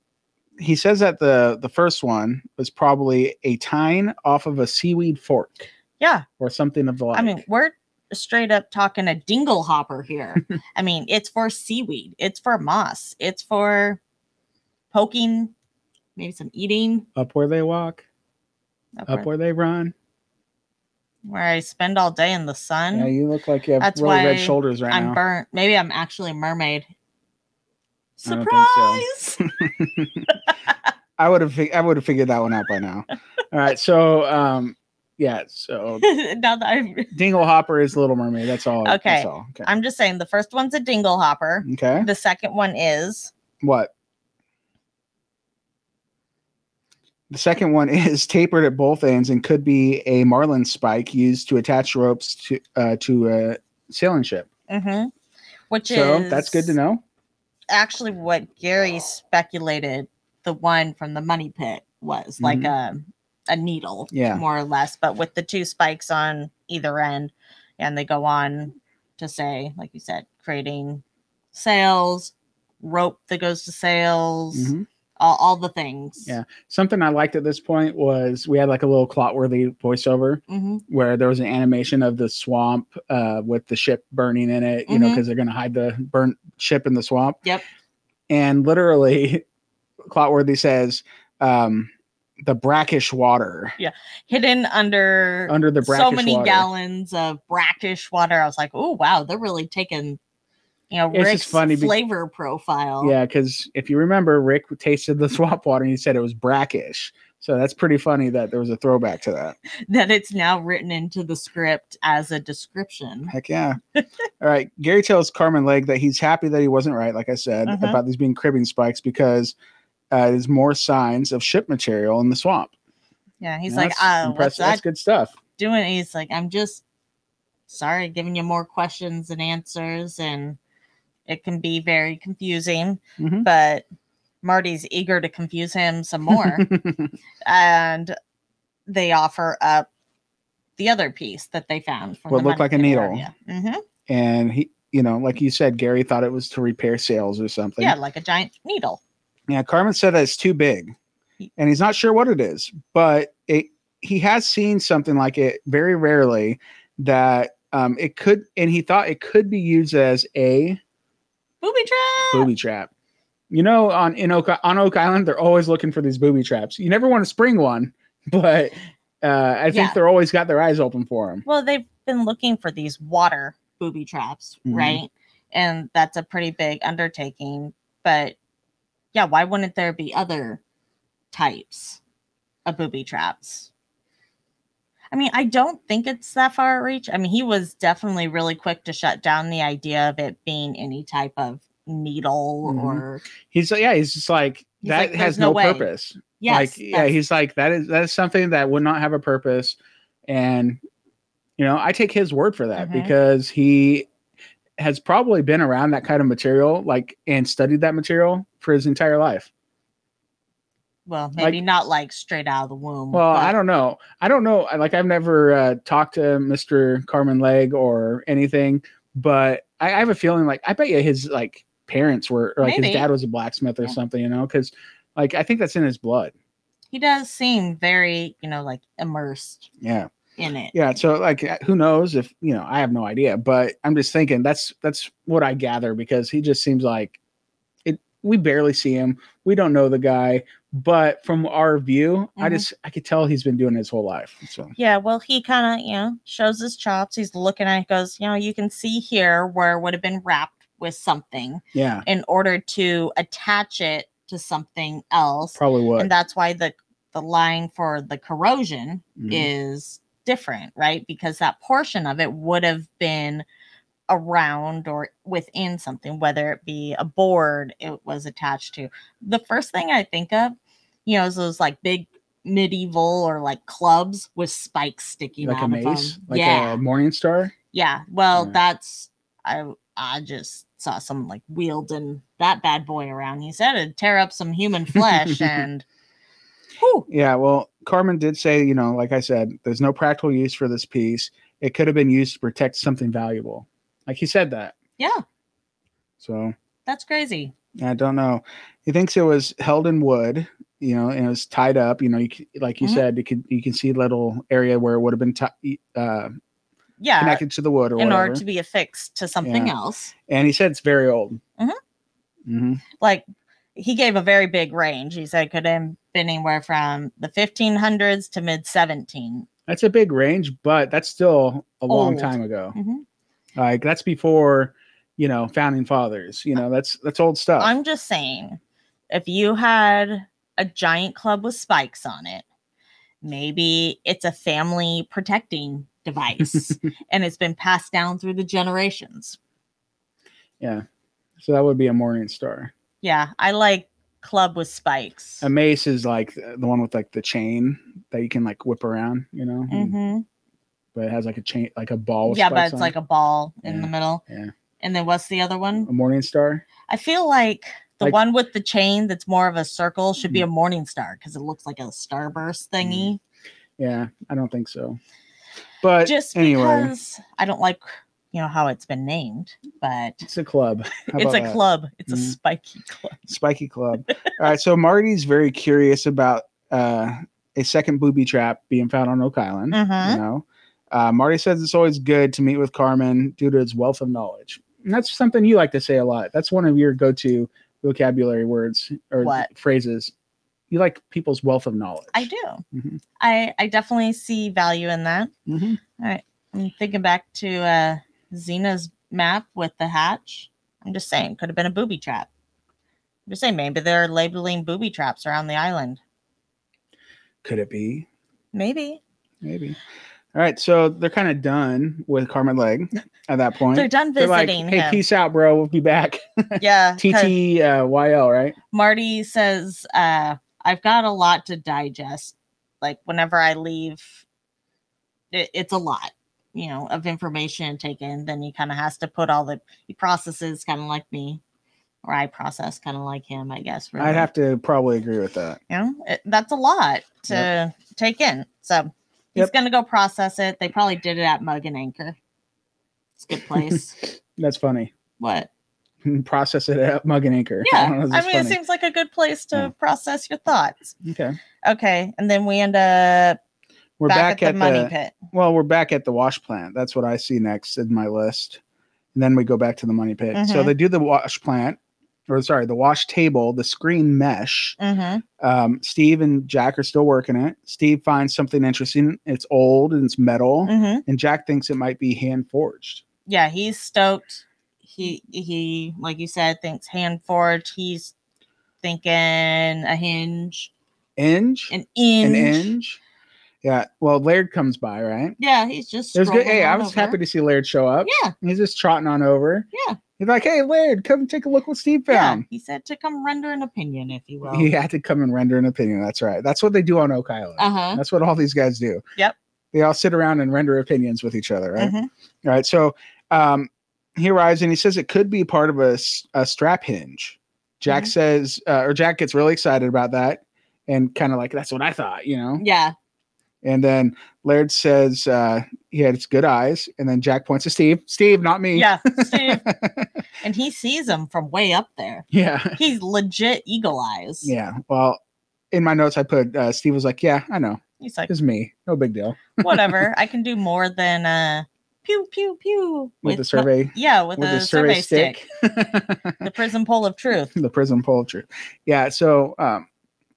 He says that the the first one was probably a tine off of a seaweed fork Yeah. or something of the like. I mean, we're straight up talking a dingle hopper here. I mean, it's for seaweed, it's for moss, it's for poking, maybe some eating. up where they walk, Up up where- where they run. where I spend all day in the sun. Yeah, you look like you have That's really why red shoulders right I'm now. burnt. Maybe I'm actually a mermaid. I don't think so. Surprise! I would have I would have figured that one out by now. All right, so um yeah, so now that i Dingle Hopper is Little Mermaid. That's all. Okay. That's all. Okay. I'm just saying, the first one's a dingle hopper. okay. The second one is What? The second one is tapered at both ends and could be a marlin spike used to attach ropes to uh, to a sailing ship. hmm which so is that's good to know. actually what Gary speculated the one from the money pit was like a a needle, Mm-hmm. Yeah. more or less, but with the two spikes on either end, and they go on to say, like you said, creating sails, rope that goes to sails, Mhm. all, all the things. Yeah. Something I liked at this point was we had like a little clotworthy voiceover hmm where there was an animation of the swamp uh, with the ship burning in it, you know, know, Mhm. because they're going to hide the burnt ship in the swamp. Yep. And literally, Clotworthy says, um, the brackish water Hidden under, under the brackish so many water. gallons of brackish water. I was like, oh wow, they're really taking you know It's just Rick's funny be- flavor profile. Yeah, because if you remember, Rick tasted the swamp water and he said it was brackish. So that's pretty funny that there was a throwback to that. that it's now written into the script as a description. Heck yeah. All right. Gary tells Carmen Legg that he's happy that he wasn't right, like I said, Uh-huh. about these being cribbing spikes because uh, there's more signs of ship material in the swamp. Yeah, he's Yeah, like, that's uh, what's impressive. That's that good stuff. doing? He's like, I'm just sorry, giving you more questions and answers, and it can be very confusing. Mhm. But Marty's eager to confuse him some more, and they offer up the other piece that they found. From What looked like a needle. hmm and he, you know, like you said, Gary thought it was to repair sails or something. Yeah, like a giant needle. Yeah. Carmen said that it's too big and he's not sure what it is, but it, he has seen something like it very rarely that um, it could, and he thought it could be used as a Booby trap. booby trap. You know, on in Oak on Oak Island, they're always looking for these booby traps. You never want to spring one, but uh, I think Yeah. they're always got their eyes open for them. Well, they've been looking for these water booby traps, Mhm. right? And that's a pretty big undertaking. But yeah, why wouldn't there be other types of booby traps? I mean, I don't think it's that far at reach. I mean, he was definitely really quick to shut down the idea of it being any type of needle Mhm. or He's like, yeah, he's just like He's that like, has "There's no no, way." purpose. yes, like, yeah, that's- he's like that is that is something that would not have a purpose, and you know, I take his word for that Mhm. because he has probably been around that kind of material, like and studied that material for his entire life. well, maybe not like straight out of the womb. Well, I but- don't know. I don't know. I- Like I've never uh, talked to Mr. Carmen Leg or anything, but I, I have a feeling like I bet you his like parents were or, like his Maybe. dad was a blacksmith or Yeah. something, you know, because like I think that's in his blood. He does seem very, you know, like immersed Yeah. in it. Yeah. So like uh, who knows if you know, I have no idea, but I'm just thinking that's that's what I gather because he just seems like it we barely see him. We don't know the guy, but from our view, I Mhm. just I could tell he's been doing it his whole life. So Yeah, well, he kind of, you know, shows his chops. He's looking at it, goes, you know, you can see here where it would have been wrapped with something yeah, in order to attach it to something else. probably would. And that's why the the line for the corrosion Mhm. is different, right? Because that portion of it would have been around or within something, whether it be a board it was attached to. The first thing I think of, you know, is those like big medieval or like clubs with spikes sticking like out a of mace, them. like yeah, a morning star. yeah. Well, Yeah. that's I I just saw someone like wielding that bad boy around. He said it'd tear up some human flesh and. Whew, Yeah, well, Carmen did say, you know, like I said, there's no practical use for this piece. It could have been used to protect something valuable. Like he said that. yeah, So that's crazy. I don't know. He thinks it was held in wood, you know, and it was tied up. You know, you c- like you Mhm. said, you could you can see little area where it would have been ti- uh, Yeah, connected to the wood or in whatever. order to be affixed to something Yeah. else. and he said it's very old. Mhm. hmm Like he gave a very big range. He said it could have been anywhere from the 1500s to mid 17. That's a big range, but that's still a long Old. time ago. Mhm. Like that's before, you know, founding fathers. You know, that's that's old stuff. I'm just saying, if you had a giant club with spikes on it, maybe it's a family protecting device and it's been passed down through the generations. yeah. So that would be a morning star. Yeah, I like club with spikes. A mace is like the one with like the chain that you can like whip around, you know, and- hmm but it has like a chain, like a ball. with Yeah, but spikes it's on like it. a ball in Yeah, the middle. yeah. And then what's the other one? a morning star. I feel like the Like- Hmm. one with the chain that's more of a circle should be a morning star because it looks like a starburst thingy. Yeah, I don't think so. But Just anyway, because I don't like, you know, how it's been named, but it's a club. How it's about a that? club. It's a Mhm. spiky club. Spiky club. All right, so Marty's very curious about uh, a second booby trap being found on Oak Island. Mhm. You know, uh, Marty says it's always good to meet with Carmen due to his wealth of knowledge. And that's something you like to say a lot. That's one of your go-to vocabulary words or What? phrases. You like people's wealth of knowledge. I do. Mhm. I I definitely see value in that. Mhm. I'm thinking back to uh Xena's map with the hatch. I'm just saying, could have been a booby trap. I'm just saying, maybe they're labeling booby traps around the island. Could it be? Maybe Maybe. All right, so they're kind of done with Carmen Leg at that point. they're done They're like, visiting hey, him. peace out, bro. We'll be back. Yeah, 'cause- TT uh, YL, right? Marty says, uh, I've got a lot to digest. Like whenever I leave, it, it's a lot, you know, of information taken. Then he kind of has to put all the he processes kind of like me, or I process kind of like him, I guess. I'd have to probably agree with that. you know, it, that's a lot to take in. So he's Yep. gonna go process it. They probably did it at Mug and Anchor. It's a good place. That's funny. what? Process it at Mug and Anchor. Yeah, don't know if I that's mean, it funny. seems like a good place to Yeah. process your thoughts. okay. Okay, and then we end up We're back, at, the, money the- pit. well, we're back at the wash plant. That's what I see next in my list. And then we go back to the money pit. So Mhm. they do the wash plant, or sorry, the wash table, the screen mesh. hmm Um, Steve and Jack are still working it. Steve finds something interesting. It's old and it's metal, hmm and Jack thinks it might be hand forged. Yeah, he's stoked. He he, like you said, thinks hand forge. He's thinking a hinge, Inge, an inch. an inge. Yeah. Well, Laird comes by, right? Yeah, he's just. It was good. strolling Hey, I on was over. happy to see Laird show up. Yeah, He's just trotting on over. Yeah. He's like, hey, Laird, come take a look what Steve yeah. found. He said to come render an opinion, if you will. He had to come and render an opinion. That's right. That's what they do on Oak Island. Uh huh. That's what all these guys do. Yep. They all sit around and render opinions with each other, right? Mhm. All right. So um, he arrives and he says it could be part of a, s- a strap hinge. Jack Mhm. says, uh, or Jack gets really excited about that and kind of like, that's what I thought, you know? Yeah. And then Laird says uh, he had good eyes. And then Jack points to Steve. Steve, not me. Yeah. Steve. and he sees him from way up there. Yeah. He's legit eagle eyes. Yeah. Well, in my notes, I put uh, Steve was like, "Yeah, I know, He's like, it's me. No big deal." whatever. I can do more than uh, pew pew pew With, my- the survey, yeah, with, with a, survey, stick. the prison pole of truth. the prison culture. Yeah. So, um,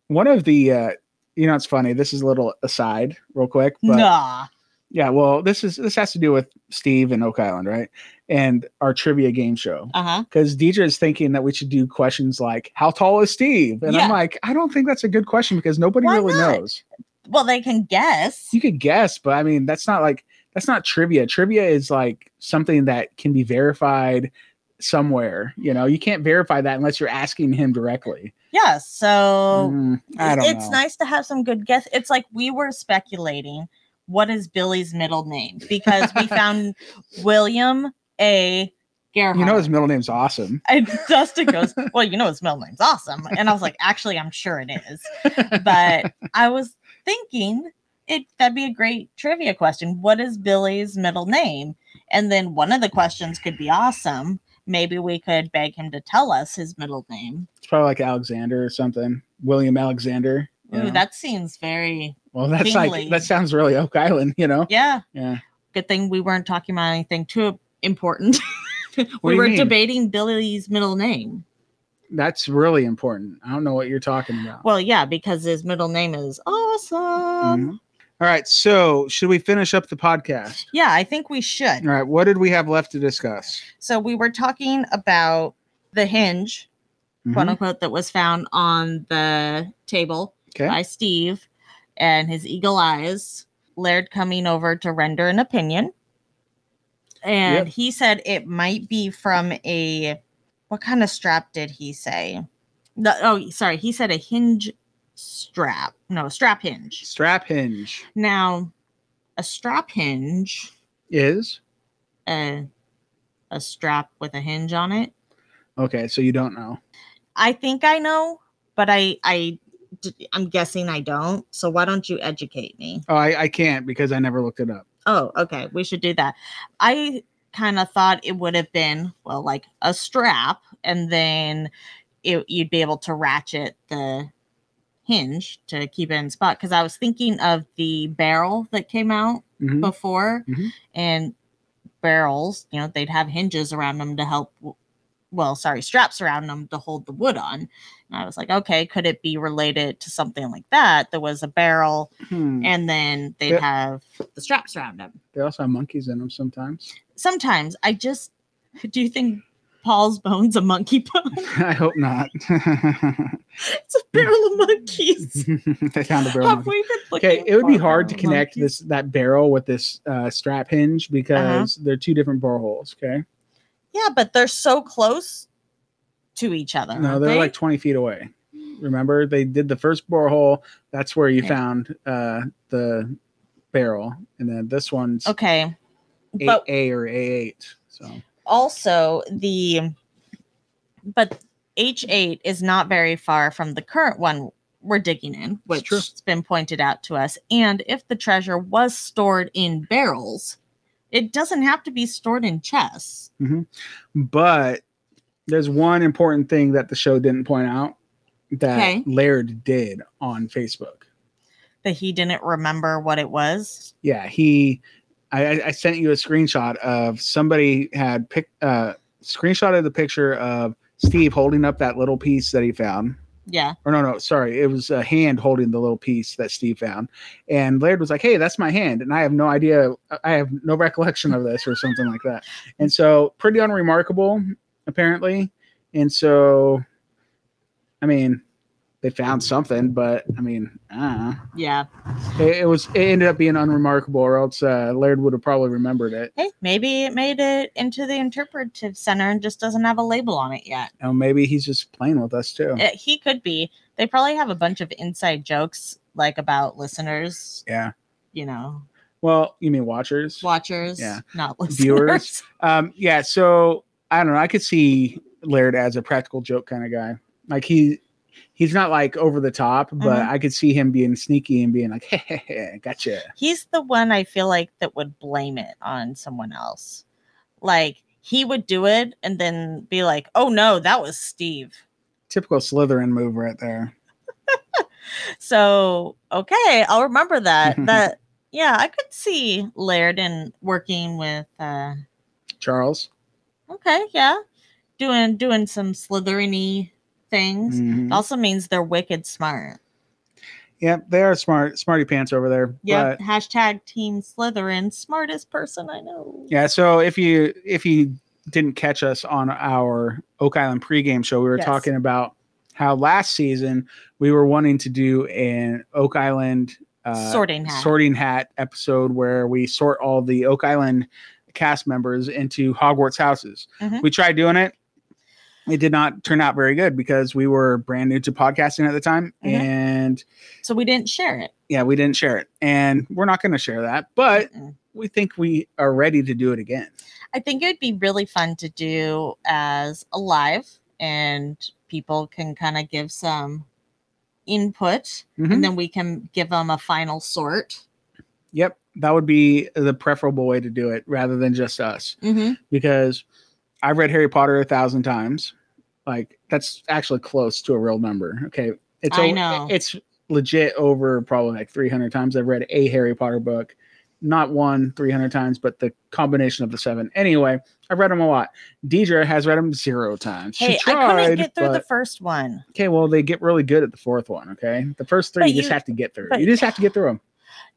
one of the, uh, you know, it's funny. This is a little aside, real quick, but nah. yeah. Well, this is this has to do with Steve and Oak Island, right? And our trivia game show. Uh huh. Because Deidre is thinking that we should do questions like "How tall is Steve?" and Yeah. I'm like, I don't think that's a good question because nobody Why really not? knows. Well, they can guess. you could guess, but I mean, that's not like that's not trivia. Trivia is like something that can be verified somewhere. You know, you can't verify that unless you're asking him directly. Yeah. So Mm, I don't it's know. nice to have some good guess. It's like we were speculating what is Billy's middle name because we found William A. Gerhardt. you know, his middle name's awesome. and Dustin goes, Well, you know his middle name's awesome. And I was like, actually, I'm sure it is. But I was thinking it that'd be a great trivia question. What is Billy's middle name? And then one of the questions could be awesome. Maybe we could beg him to tell us his middle name. It's probably like Alexander or something. William Alexander. you Ooh, know? that seems very well, that's Bingley. like that sounds really Oak Island. You know, yeah. yeah. good thing we weren't talking about anything too important. What do we you were mean? debating Billy's middle name. That's really important. I don't know what you're talking about. Well, yeah, because his middle name is awesome. Mhm. All right, so should we finish up the podcast? Yeah, I think we All should. right, what did we have left to discuss? So we were talking about the hinge, quote Mhm. unquote, that was found on the table Mm-hmm. Okay. by Steve and his eagle eyes, Laird coming over to render an opinion. And he said it might be from a what kind of strap did he say? The, oh, sorry, he said a hinge strap. No, a strap hinge. Strap hinge Now, a strap hinge, is a a strap with a hinge on it. okay. So you don't know. I think I know, but I I d- I'm guessing I don't. So why don't you educate me? Oh, I, I can't because I never looked it up. Oh, okay. We should do that. I kind of thought it would have been, well, like a strap, and then it, you'd be able to ratchet the hinge to keep it in spot. Because I was thinking of the barrel that came out Mhm. before, Mhm. and barrels, you know, they'd have hinges around them to help. w- Well, sorry, straps around them to hold the wood on. And I was like, okay, could it be related to something like that? There was a barrel, Hmm. and then they'd Yeah. have the straps around them They also have monkeys in them sometimes. sometimes I just do you think Paul's bones a monkey bone? I hope not. it's a barrel of monkeys. they found a Mm. barrel. Have monkey. we been Okay, looking it would be for hard to barrel of connect monkeys? this that barrel with this uh, strap hinge Uh-huh. because they're two different boreholes. Okay, Yeah, but they're so close to each other. no, aren't they're Uh, they? like twenty feet away. Remember, they did the first borehole. That's where you Yeah. found uh, the barrel, and then this one's okay. eight But A or A eight. So also the but H eight is not very far from the current one we're digging in, which true. has been pointed out to us. And if the treasure was stored in barrels, it doesn't have to be stored in chests. but there's one important thing that the show didn't point out that Okay. Laird did on Facebook. that he didn't remember what it was. Yeah, he. I, I- I sent you a screenshot of somebody had pic, uh, screenshot of the picture of Steve holding up that little piece that he found. Yeah. Or no, no, sorry, it was a hand holding the little piece that Steve found, and Laird was like, "Hey, that's my hand," and I have no idea, I have no recollection of this or something like that. And so, pretty unremarkable, apparently. And so, I mean, they found something, but I mean, I don't know. Yeah. It, it was it ended up being unremarkable, or else uh, Laird would have probably remembered it. Hey, maybe it made it into the interpretive center and just doesn't have a label on it yet. And maybe he's just playing with us too. It, he could be. They probably have a bunch of inside jokes like about listeners, Yeah. you know, Well, you mean watchers? watchers, Yeah. not listeners. Viewers. Um, yeah, so I don't know. I could see Laird as a practical joke kind of guy. Like he he's not like over the top, but Mhm. I could see him being sneaky and being like, hey, hey, hey, gotcha. He's the one I feel like that would blame it on someone else. Like he would do it and then be like, "Oh no, that was Steve." Typical Slytherin move right there. So, okay, I'll remember that. that yeah, I could see Laird and working with uh Charles. okay, yeah. Doing doing some slytherin things. Mhm. Also means they're wicked smart. Yeah, they are smart, smarty pants over there. Yeah. but- Hashtag Team Slytherin, smartest person I know. yeah. So if you if you didn't catch us on our Oak Island pregame show, we were Yes. talking about how last season we were wanting to do an Oak Island uh, Sorting hat. sorting hat episode where we sort all the Oak Island cast members into Hogwarts houses. Mhm. We tried doing it. It did not turn out very good because we were brand new to podcasting at the time Mhm. and So we didn't share it. yeah, we didn't share it. And we're not going to share that, but Mm-mm. we think we are ready to do it again. I think it would be really fun to do as a live, and people can kind of give some input, Mhm. and then we can give them a final sort. Yep, that would be the preferable way to do it rather than just us Mm-hmm. because I've read Harry Potter a thousand times. Like that's actually close to a real number. Okay, it's I o- know. it's legit over probably like three hundred times. I've read a Harry Potter book, not one three hundred times, but the combination of the seven. Anyway, I've read them a lot. Deidre has read them zero times. Hey, she tried, I couldn't get through but- the first one. Okay, well, they get really good at the fourth one. Okay, the first three But you just you- have to get through. but- You just have to get through them.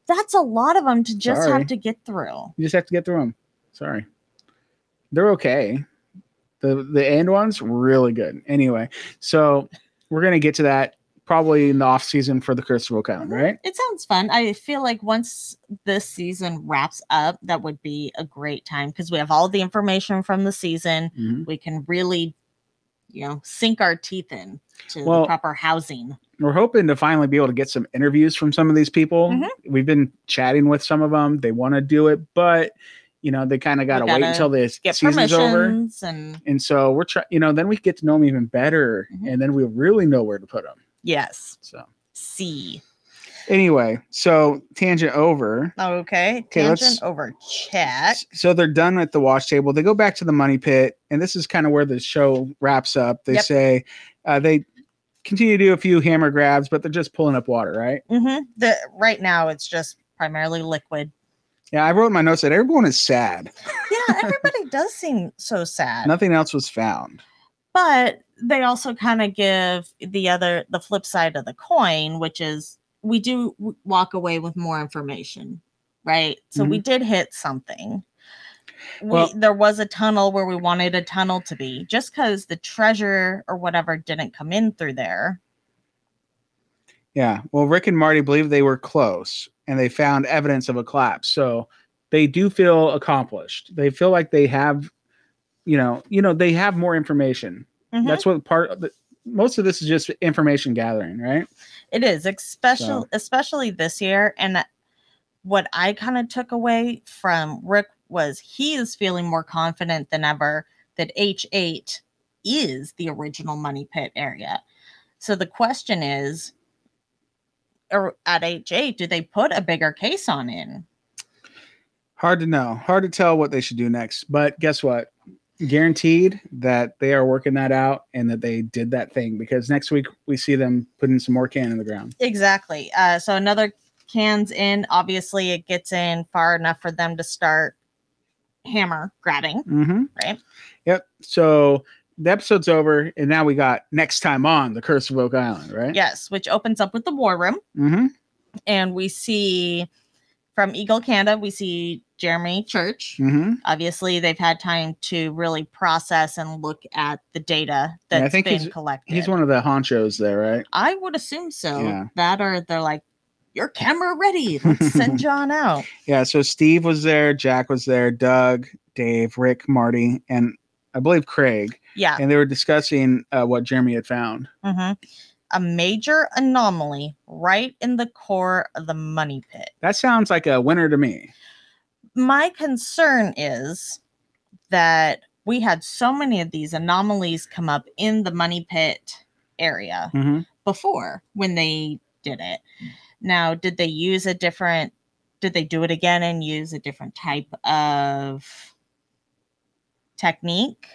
That's a lot of them to just Sorry. have to get through. You just have to get through them. Sorry, they're okay. the The end ones really good. Anyway, so we're gonna get to that probably in the off season for the Curse of Oak Island, Mhm. right? It sounds fun. I feel like once this season wraps up, that would be a great time because we have all the information from the season. Mhm. We can really, you know, sink our teeth in to Well, the proper housing. We're hoping to finally be able to get some interviews from some of these people. Mhm. We've been chatting with some of them. They want to do it, but you know they kind of got to wait gotta until this get season's over. permissions and And so we're trying, you know, then we get to know them even better, Mhm. and then we really know where to put them. yes, So C. anyway, so tangent over. Okay, Okay, let's- tangent over chat. So they're done at the wash table. They go back to the money pit, and this is kind of where the show wraps up. They Yep. say uh, they continue to do a few hammer grabs, but they're just pulling up water, right? Mm-hmm. The right now it's just primarily liquid. Yeah, I wrote in my notes that everyone is sad. Yeah, everybody does seem so sad, Nothing else was found. but they also kind of give the other the flip side of the coin, which is we do w- walk away with more information, right? So we did hit something. We, Well- there was a tunnel where we wanted a tunnel to be. Just because the treasure or whatever didn't come in through there, Yeah. Well, Rick and Marty believe they were close, and they found evidence of a collapse. So they do feel accomplished. They feel like they have, you know, you know, they have more information. Mhm. That's what part of the. Most of this is just information gathering, right? It is, especially especially this year. And what I kind of took away from Rick was he is feeling more confident than ever that H eight is the original money pit area. So the question is, or at H eight, do they put a bigger case on in? Hard to know. Hard to tell what they should do next. But guess what? Guaranteed that they are working that out and that they did that thing because next week we see them putting some more can in the ground. Exactly. Uh, so another cans in. Obviously, it gets in far enough for them to start hammer grabbing. Mm-hmm. Right. Yep. So the episode's over, and now we got next time on the Curse of Oak Island, right? Yes, which opens up with the war room. Mm-hmm. and we see from Eagle Canada, we see Jeremy Church. Mm-hmm. Obviously, they've had time to really process and look at the data Yeah, I that's think been he's- collected. He's one of the honchos there, right? I would assume so. Yeah. That or they're like, your camera ready. Let's send John out. Yeah. So Steve was there, Jack was there, Doug, Dave, Rick, Marty, and I believe Craig. Yeah. And they were discussing uh, what Jeremy had found. hmm A major anomaly right in the core of the money pit. That sounds like a winner to me. my concern is that we had so many of these anomalies come up in the money pit area Mm-hmm. before when they did it. Now, did they use a different did they do it again and use a different type of technique?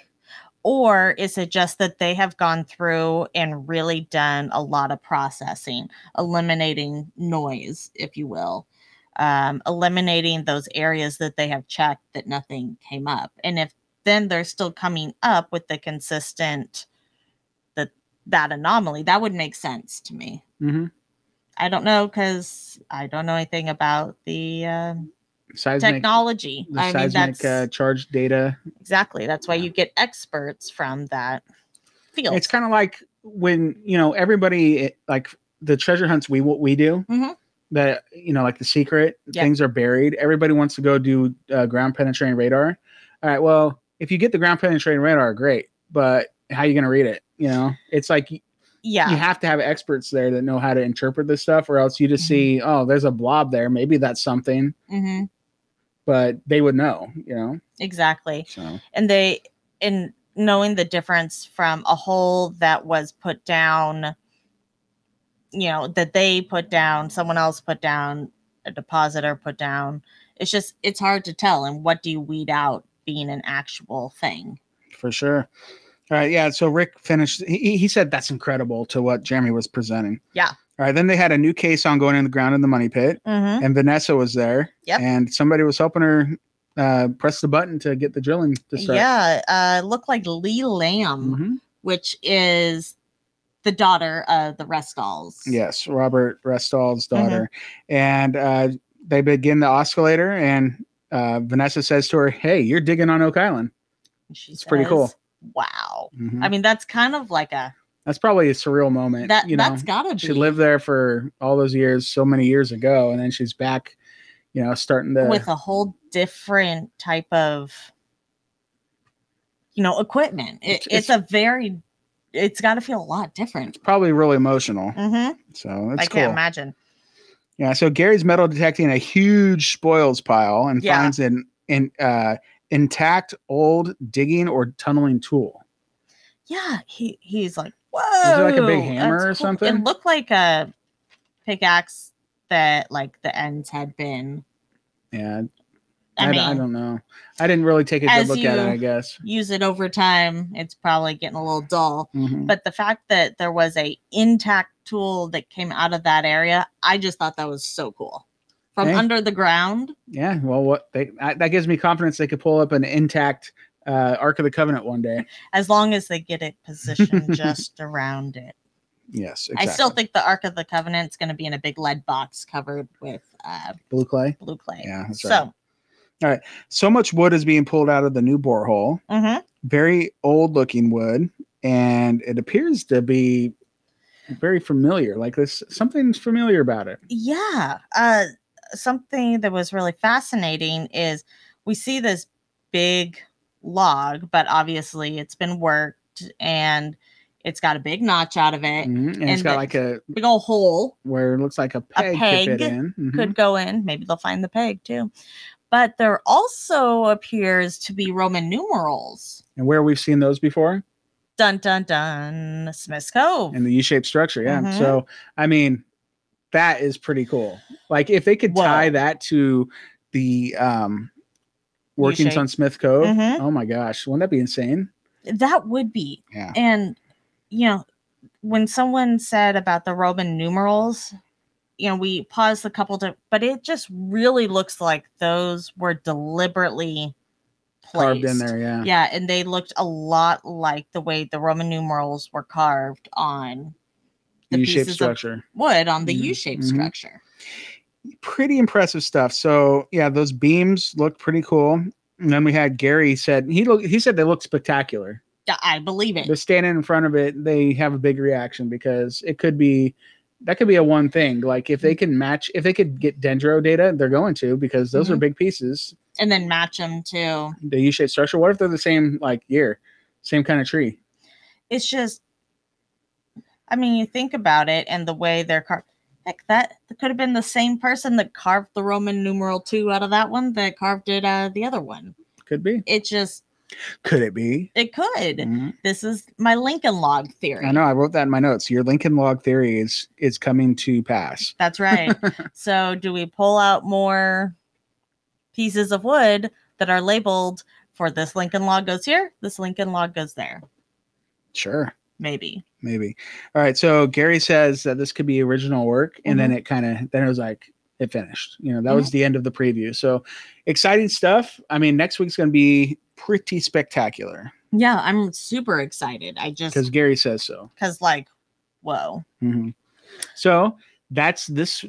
Or is it just that they have gone through and really done a lot of processing, eliminating noise, if you will, um, eliminating those areas that they have checked that nothing came up? And if then they're still coming up with the consistent that that anomaly, that would make sense to me. Mm-hmm. I don't know because I don't know anything about the um Seismic, technology. the I mean, seismic that's uh, charge data. exactly that's why yeah. you get experts from that field. It's kind of like when you know everybody it- like the treasure hunts we what we do. Mhm. That you know, like the secret Yeah. things are buried. Everybody wants to go do uh, ground penetrating radar. All right, well, if you get the ground penetrating radar, great. But how you going to read it? You know, it's like y- yeah, you have to have experts there that know how to interpret this stuff, or else you just Mhm. see, oh, there's a blob there. Maybe that's something, hmm but they would know. You know, exactly. so And they and knowing the difference from a hole that was put down, you know, that they put down, someone else put down, a depositor put down. It's just it's hard to tell. And what do you weed out being an actual thing? for sure. All right, yeah. So Rick finished. He, he- he said that's incredible to what Jeremy was presenting. Yeah. All right. Then they had a new case on going in the ground in the money pit, Mm-hmm. and Vanessa was there. Yep. And somebody was helping her uh, press the button to get the drilling to start. Yeah, uh, looked like Lee Lamb, Mhm. which is the daughter of the Restalls. Yes, Robert Restall's Mhm. daughter, and uh, they begin the oscillator, and uh, Vanessa says to her, "Hey, you're digging on Oak Island." And she It's pretty cool. says, Wow. Mhm. I mean, that's kind of like a that's probably a surreal moment. that. Uh, you know, that's gotta be. she lived there for all those years, so many years ago, and then she's back. You know, starting to with a whole different type of, you know, equipment. It, It's- it's, a very. It's got to feel a lot different. probably really emotional. Mm-hmm. So I that's can't cool. imagine. Yeah. So Gary's metal detecting a huge spoils pile and Yeah. finds an an uh, intact old digging or tunneling tool. Yeah, he he's like, whoa. it like a big that's hammer or something? It looked like a pickaxe that like the ends had been. Yeah. I, I, d- mean, I don't know. I didn't really take a good as look at it. you- I guess. use it over time. It's probably getting a little dull. Mhm. But the fact that there was a intact tool that came out of that area, I just thought that was so cool. From Hey. under the ground, Yeah. Well, what they I, that gives me confidence they could pull up an intact uh, Ark of the Covenant one day. as long as they get it positioned just around it. Yes. I still think the Ark of the Covenant's going to be in a big lead box covered with uh, blue clay. blue clay. Yeah, that's so, right. So much wood is being pulled out of the new borehole. mhm. very old looking wood and it appears to be very familiar like this something's familiar about it yeah uh something that was really fascinating is we see this big log but obviously it's been worked and it's got a big notch out of it Mhm, and, it's And got the- like a big old hole where it looks like a peg, could peg fit in Mhm. could go in maybe they'll find the peg too but there also appears to be roman numerals and where we've seen those before dun dun dun smith's cove in the u-shaped structure yeah Mhm. so i mean that is pretty cool like if they could tie Whoa. that to the um workings U-shape. on smith cove Mhm. oh my gosh wouldn't that be insane that would be yeah and you know when someone said about the roman numerals you know we paused a couple to but it just really looks like those were deliberately placed. carved in there yeah yeah and they looked a lot like the way the roman numerals were carved on the u-shaped pieces structure of wood on the Mhm, u-shaped mhm. structure pretty impressive stuff. So yeah, those beams looked pretty cool. And then we had Gary said he looked he said they looked spectacular. I believe it. But standing in front of it, they have a big reaction because it could be that could be a one thing. Like if they can match if they could get dendro data, they're going to because those are Mhm. big pieces. and then match them to. The U-shaped structure. What if they're the same like year, same kind of tree? It's just, I mean, you think about it and the way they're carved. Heck, that could have been the same person that carved the Roman numeral two out of that one that carved it out of the other one. Could be. It just, Could it be? it could. Mhm. This is my Lincoln log theory. I know. I wrote that in my notes. Your Lincoln log theory is is coming to pass. That's right. so, do we pull out more pieces of wood that are labeled for this Lincoln log goes here, this Lincoln log goes there? Sure. Maybe. maybe. All right. So Gary says that this could be original work, and then it kind of then it was like it finished. You know, that was the end of the preview. So exciting stuff. I mean, next week's going to be pretty spectacular Yeah, I'm super excited. I just because Gary says so. because like whoa Mhm. So that's this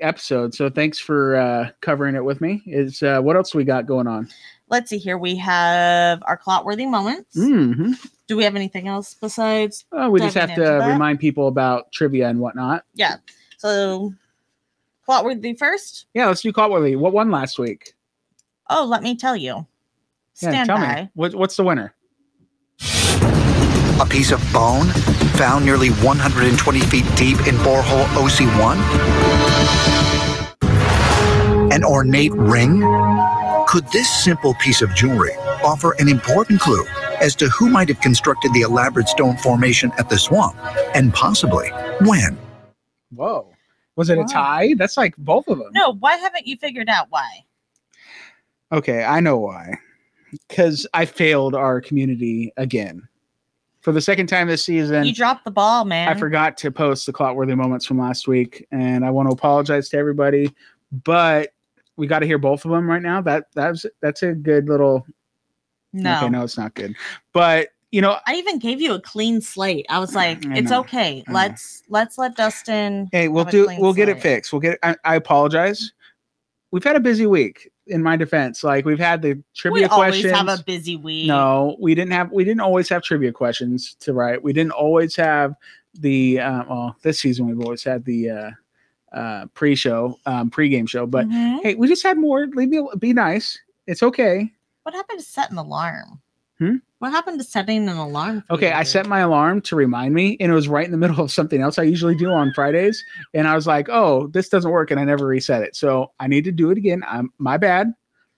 episode. So thanks for uh, covering it with me. Is uh, what else we got going on? let's see here we have our clotworthy moments hmm do we have anything else besides Oh, we just Diving have into to that. remind people about trivia and whatnot. yeah so clotworthy first Yeah, let's do Cotworthy. What won last week? oh let me tell you Yeah, stand tell by me. What, what's the winner? A piece of bone found nearly 120 feet deep in borehole OC1? An ornate ring? Could this simple piece of jewelry offer an important clue as to who might have constructed the elaborate stone formation at the swamp and possibly when? Whoa. Was it Wow. a tie? That's like both of them. no why haven't you figured out why Okay, I know why. Because I failed our community again. For the second time this you season, dropped the ball man I forgot to post the clotworthy moments from last week, and I want to apologize to everybody. But we got to hear both of them right now. That that's that's a good little. no, Okay, no, it's not good. But you know, I even gave you a clean slate. I was like, I "It's know, okay. I know. Let's let's let Dustin." Hey, we'll have a do. clean We'll get it slate. fixed. We'll get. It, I, I apologize. We've had a busy week. In my defense, like we've had the trivia We always questions. have a busy week. no, we didn't have. We didn't always have trivia questions to write. We didn't always have the. Uh, well, this season we've always had the uh, uh, pre-show, um, pre-game show. But Mhm. hey, we just had more. Leave me. al- Be nice. It's okay. What happened to set an alarm? Hmm? What happened to setting an alarm? for Okay, you? I set my alarm to remind me, and it was right in the middle of something else I usually do on Fridays. And I was like, "Oh, this doesn't work," and I never reset it. So I need to do it again. I'm my bad.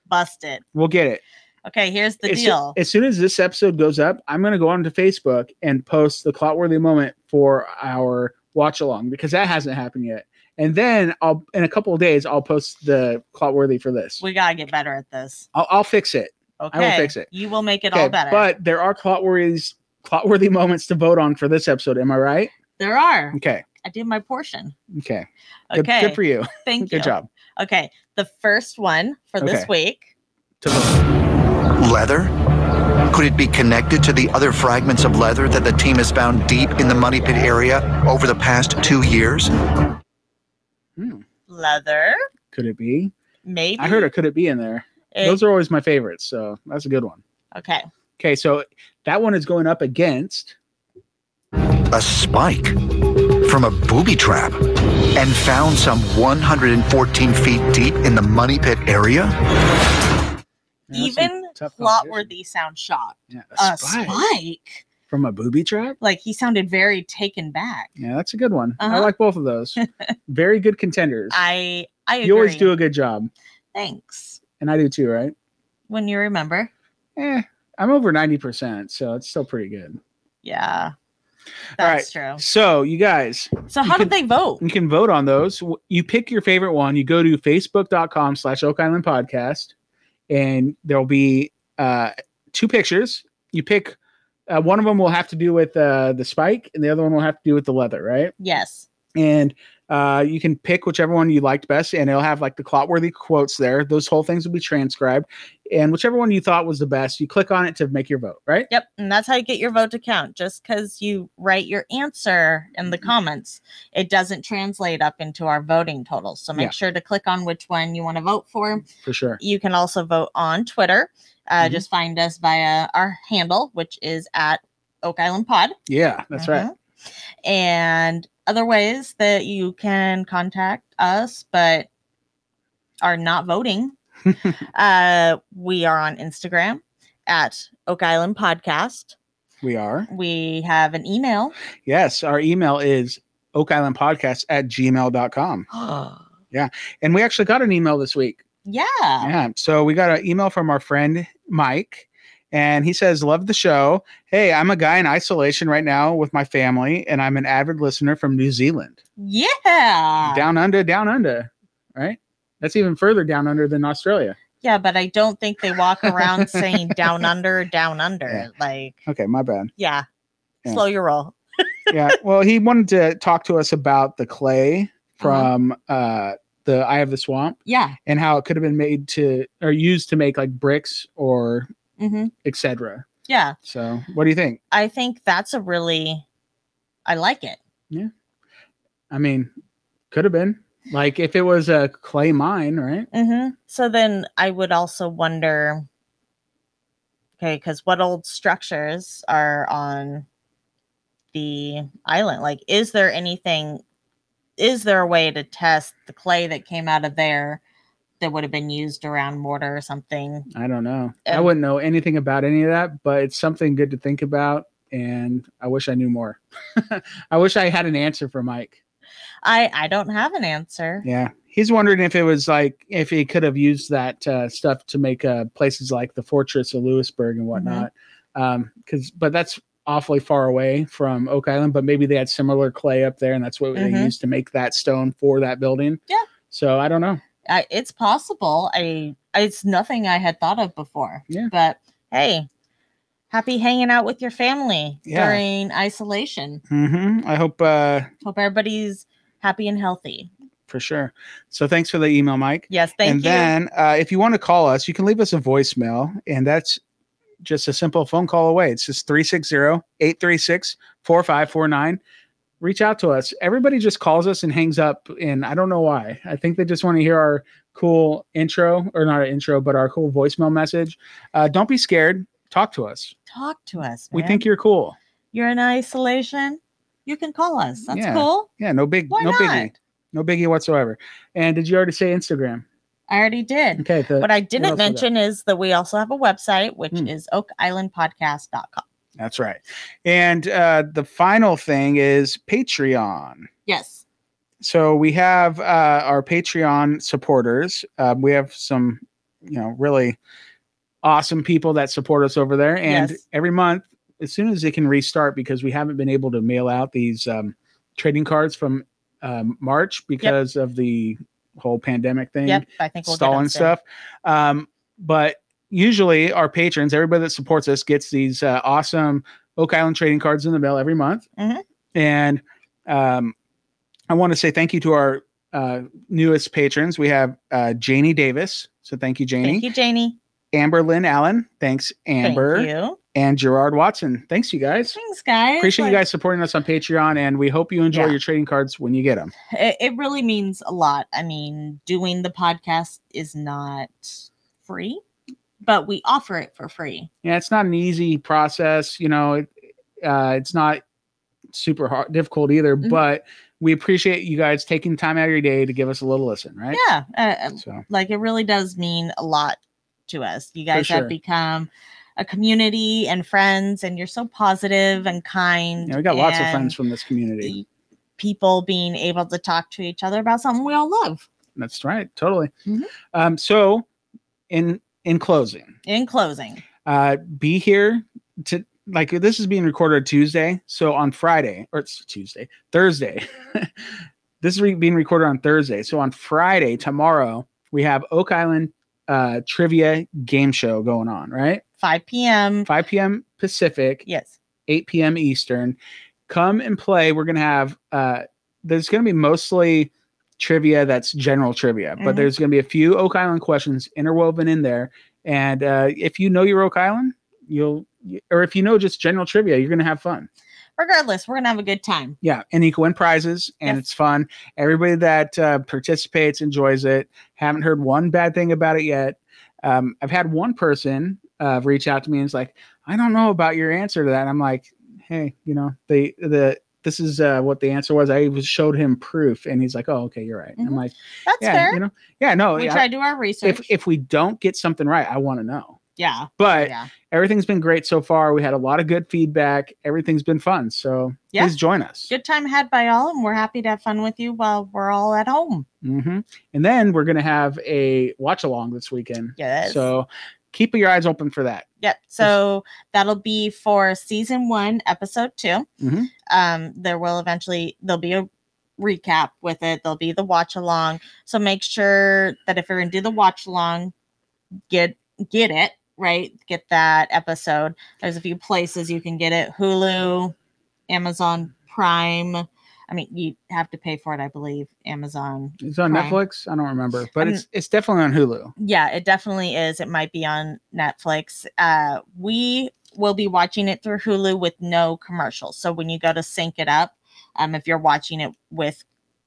bust it. We'll get it. Okay, here's the as, soo- deal. as soon as this episode goes up, I'm gonna go onto Facebook and post the clotworthy moment for our watch along because that hasn't happened yet. And then I'll in a couple of days I'll post the clotworthy for this. we gotta get better at this. I'll, I'll fix it. Okay, will fix it. You will make it Okay, all better. But there are clotworthy's clotworthy moments to vote on for this episode. Am I right? there are. Okay. I did my portion. Okay. Good, Okay, good for you. thank you. Good job. Okay, the first one for this Okay. week. To vote. Leather? Could it be connected to the other fragments of leather that the team has found deep in the money pit area over the past two years? Hmm. Leather, Could it be? maybe. I heard a could it be in there. It- Those are always my favorites. So that's a good one. okay. Okay. So that one is going up against. a spike from a booby trap and found some 114 feet deep in the money pit area? Yeah, that's some Even tough competition. Plotworthy sound shocked. Yeah, a A spike spike. from a booby trap. Like he sounded very taken back. Yeah, that's a good one. I Uh-huh. like both of those. Very good contenders. I I agree. you always do a good job, Thanks. and I do too, right? When you remember. Eh, I'm over ninety percent, so it's still pretty good. Yeah. All right. That's true. So you guys, So You how can- did Mm. they vote? you can vote on those W- you pick your favorite one you go to facebook.com slash oak island podcast and there'll be uh, two pictures you pick uh, one of them will have to do with uh, the spike and the other one will have to do with the leather right Yes. and Uh, you can pick whichever one you liked best, and it'll have like the clotworthy quotes there. Those whole things will be transcribed, and whichever one you thought was the best, you click on it to make your vote. Right? Yep, and that's how you get your vote to count. Just because you write your answer in the Mm-hmm. comments, it doesn't translate up into our voting total. So make Yeah. sure to click on which one you want to vote for. For sure. You can also vote on Twitter. Uh, Mhm. Just find us via our handle, which is at Oak Island Pod. Yeah, that's right. Mhm. And other ways that you can contact us, but are not voting. uh, we are on Instagram at Oak Island Podcast. We are. We have an email. Yes, our email is Oak Island Podcast at gmail.com. And we actually got an email this week. yeah. Yeah. So we got an email from our friend Mike, and he says, Love the show. Hey, I'm a guy in isolation right now with my family, and I'm an avid listener from New Zealand. Yeah. Down under, down under, right? That's even further down under than Australia. yeah, but I don't think they walk around saying down under, down under. Yeah. Like, Okay, my bad. yeah. Yeah. Slow your roll. yeah. Well, he wanted to talk to us about the clay from uh, the Eye of the Swamp Yeah. and how it could have been made to or used to make like bricks or hmm etc. Yeah. So, what do you think? I think that's a really, I like it. I mean, could have been like if it was a clay mine, right? hmm So then I would also wonder okay, because what old structures are on the island? Like, is there anything, is there a way to test the clay that came out of there that would have been used around mortar or something? I don't know. I Um, wouldn't know anything about any of that, but it's something good to think about. And I wish I knew more. I wish I had an answer for Mike. I, I don't have an answer. Yeah. He's wondering if it was like if he could have used that uh, stuff to make uh, places like the fortress of Lewisburg and whatnot. Um, 'cause Because, but that's awfully far away from Oak Island. But maybe they had similar clay up there, and that's what they Mhm. used to make that stone for that building. Yeah. So I don't know. I, it's possible. I it's nothing I had thought of before. Yeah. But hey, happy hanging out with your family Yeah. during isolation. Mm-hmm. I hope uh, Hope everybody's happy and healthy. for sure. So thanks for the email, Mike. Yes, thank and you. then uh, if you want to call us, you can leave us a voicemail, and that's just a simple phone call away. It's just 360 836 4549. Reach out to us. Everybody just calls us and hangs up, and I don't know why. I think they just want to hear our cool intro, or not our intro, but our cool voicemail message. Uh, don't be scared. Talk to us. Talk to us. We think man. you're cool. you're in isolation. You can call us. That's Yeah. cool. Yeah, no big, Why no not? biggie, no biggie whatsoever. And did you already say Instagram? I already did. Okay, the, What I else didn't we got? mention is that we also have a website, which Hmm. is oakislandpodcast.com. That's right. And uh, the final thing is Patreon. Yes. So we have uh, our Patreon supporters. Uh, we have some, you know, really awesome people that support us over there. And Yes. every month, as soon as it can restart, because we haven't been able to mail out these um, trading cards from um, March because of the whole pandemic thing Yep. I think we'll get stalling it soon. stuff. Um, but usually, our patrons, everybody that supports us, gets these uh, awesome Oak Island trading cards in the mail every month. Mhm. And um, I want to say thank you to our uh, newest patrons. We have uh, Janie Davis. So thank you, Janie. Thank you, Janie. Amber Lynn Allen. Thanks, Amber. Thank you. And Gerard Watson. Thanks, you guys. Thanks, guys. Appreciate you Like, guys supporting us on Patreon, and we hope you enjoy Yeah. your trading cards when you get them. it, it really means a lot. I mean, doing the podcast is not free, but we offer it for free. yeah it's not an easy process you know it, uh, it's not super hard difficult either Mhm. but we appreciate you guys taking time out of your day to give us a little listen right Yeah, uh, so like it really does mean a lot to us. You guys sure. have become a community and friends, and you're so positive and kind. yeah we got lots of and friends from this community the People being able to talk to each other about something we all love. that's right totally Mhm. um, so in in closing In closing, uh, be here to like this is being recorded Tuesday. So on Friday, or it's Tuesday, Thursday. this is re- being recorded on Thursday. So on Friday, tomorrow, we have Oak Island uh, trivia game show going on, right? 5 p.m. 5 p.m. Pacific, Yes. 8 p.m. Eastern. Come and play. We're gonna have uh, there's going to be mostly trivia that's general trivia, but Mhm. there's going to be a few Oak Island questions interwoven in there. And uh, if you know your Oak Island, you'll, or if you know just general trivia, you're going to have fun. Regardless, we're gonna have a good time. Yeah, and you can win prizes, and Yes. it's fun. Everybody that uh, participates enjoys it. Haven't heard one bad thing about it yet. Um, I've had one person uh, reach out to me and is like, "I don't know about your answer to that." And I'm like, "Hey, you know, the the this is uh, what the answer was. I was showed him proof, and he's like, "Oh, okay, you're right." I'm Mhm. like, That's "Yeah, fair. you know, yeah, no, we yeah, try to do our research. if if we don't get something right, I want to know." yeah, But yeah. everything's been great so far. We had a lot of good feedback. Everything's been fun. So Yeah. please join us. Good time had by all, and we're happy to have fun with you while we're all at home. hmm And then we're going to have a watch along this weekend. Yes. So keep your eyes open for that. Yep. So that'll be for season one, episode 2 Mhm. Um, there will eventually there'll be a recap with it. There'll be the watch along. So make sure that if you're gonna do the watch along, get get it right. Get that episode. There's a few places you can get it: Hulu, Amazon Prime. I mean, you have to pay for it, I believe. Amazon. It's on Right. Netflix. I don't remember, but I'm- it's it's definitely on Hulu. Yeah, it definitely is. It might be on Netflix. Uh, we will be watching it through Hulu with no commercials. So when you go to sync it up, um, if you're watching it with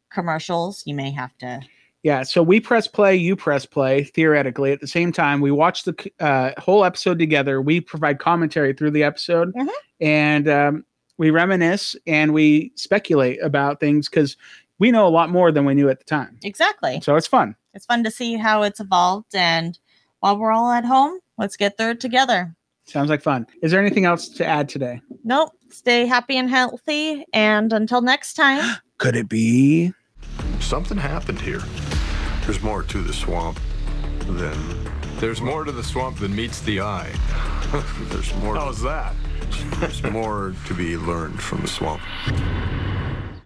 commercials, you may have to. Yeah. So we press play, you press play theoretically at the same time. We watch the c- uh, whole episode together. We provide commentary through the episode Mhm. and um, we reminisce and we speculate about things because we know a lot more than we knew at the time. Exactly. So it's fun. It's fun to see how it's evolved. And while we're all at home, let's get through it together. Sounds like fun. Is there anything else to add today? Nope. Stay happy and healthy. And until next time. Could it be Something happened here. There's more to the swamp than. There's more to the swamp than meets the eye. There's more. How's that? There's more to be learned from the swamp.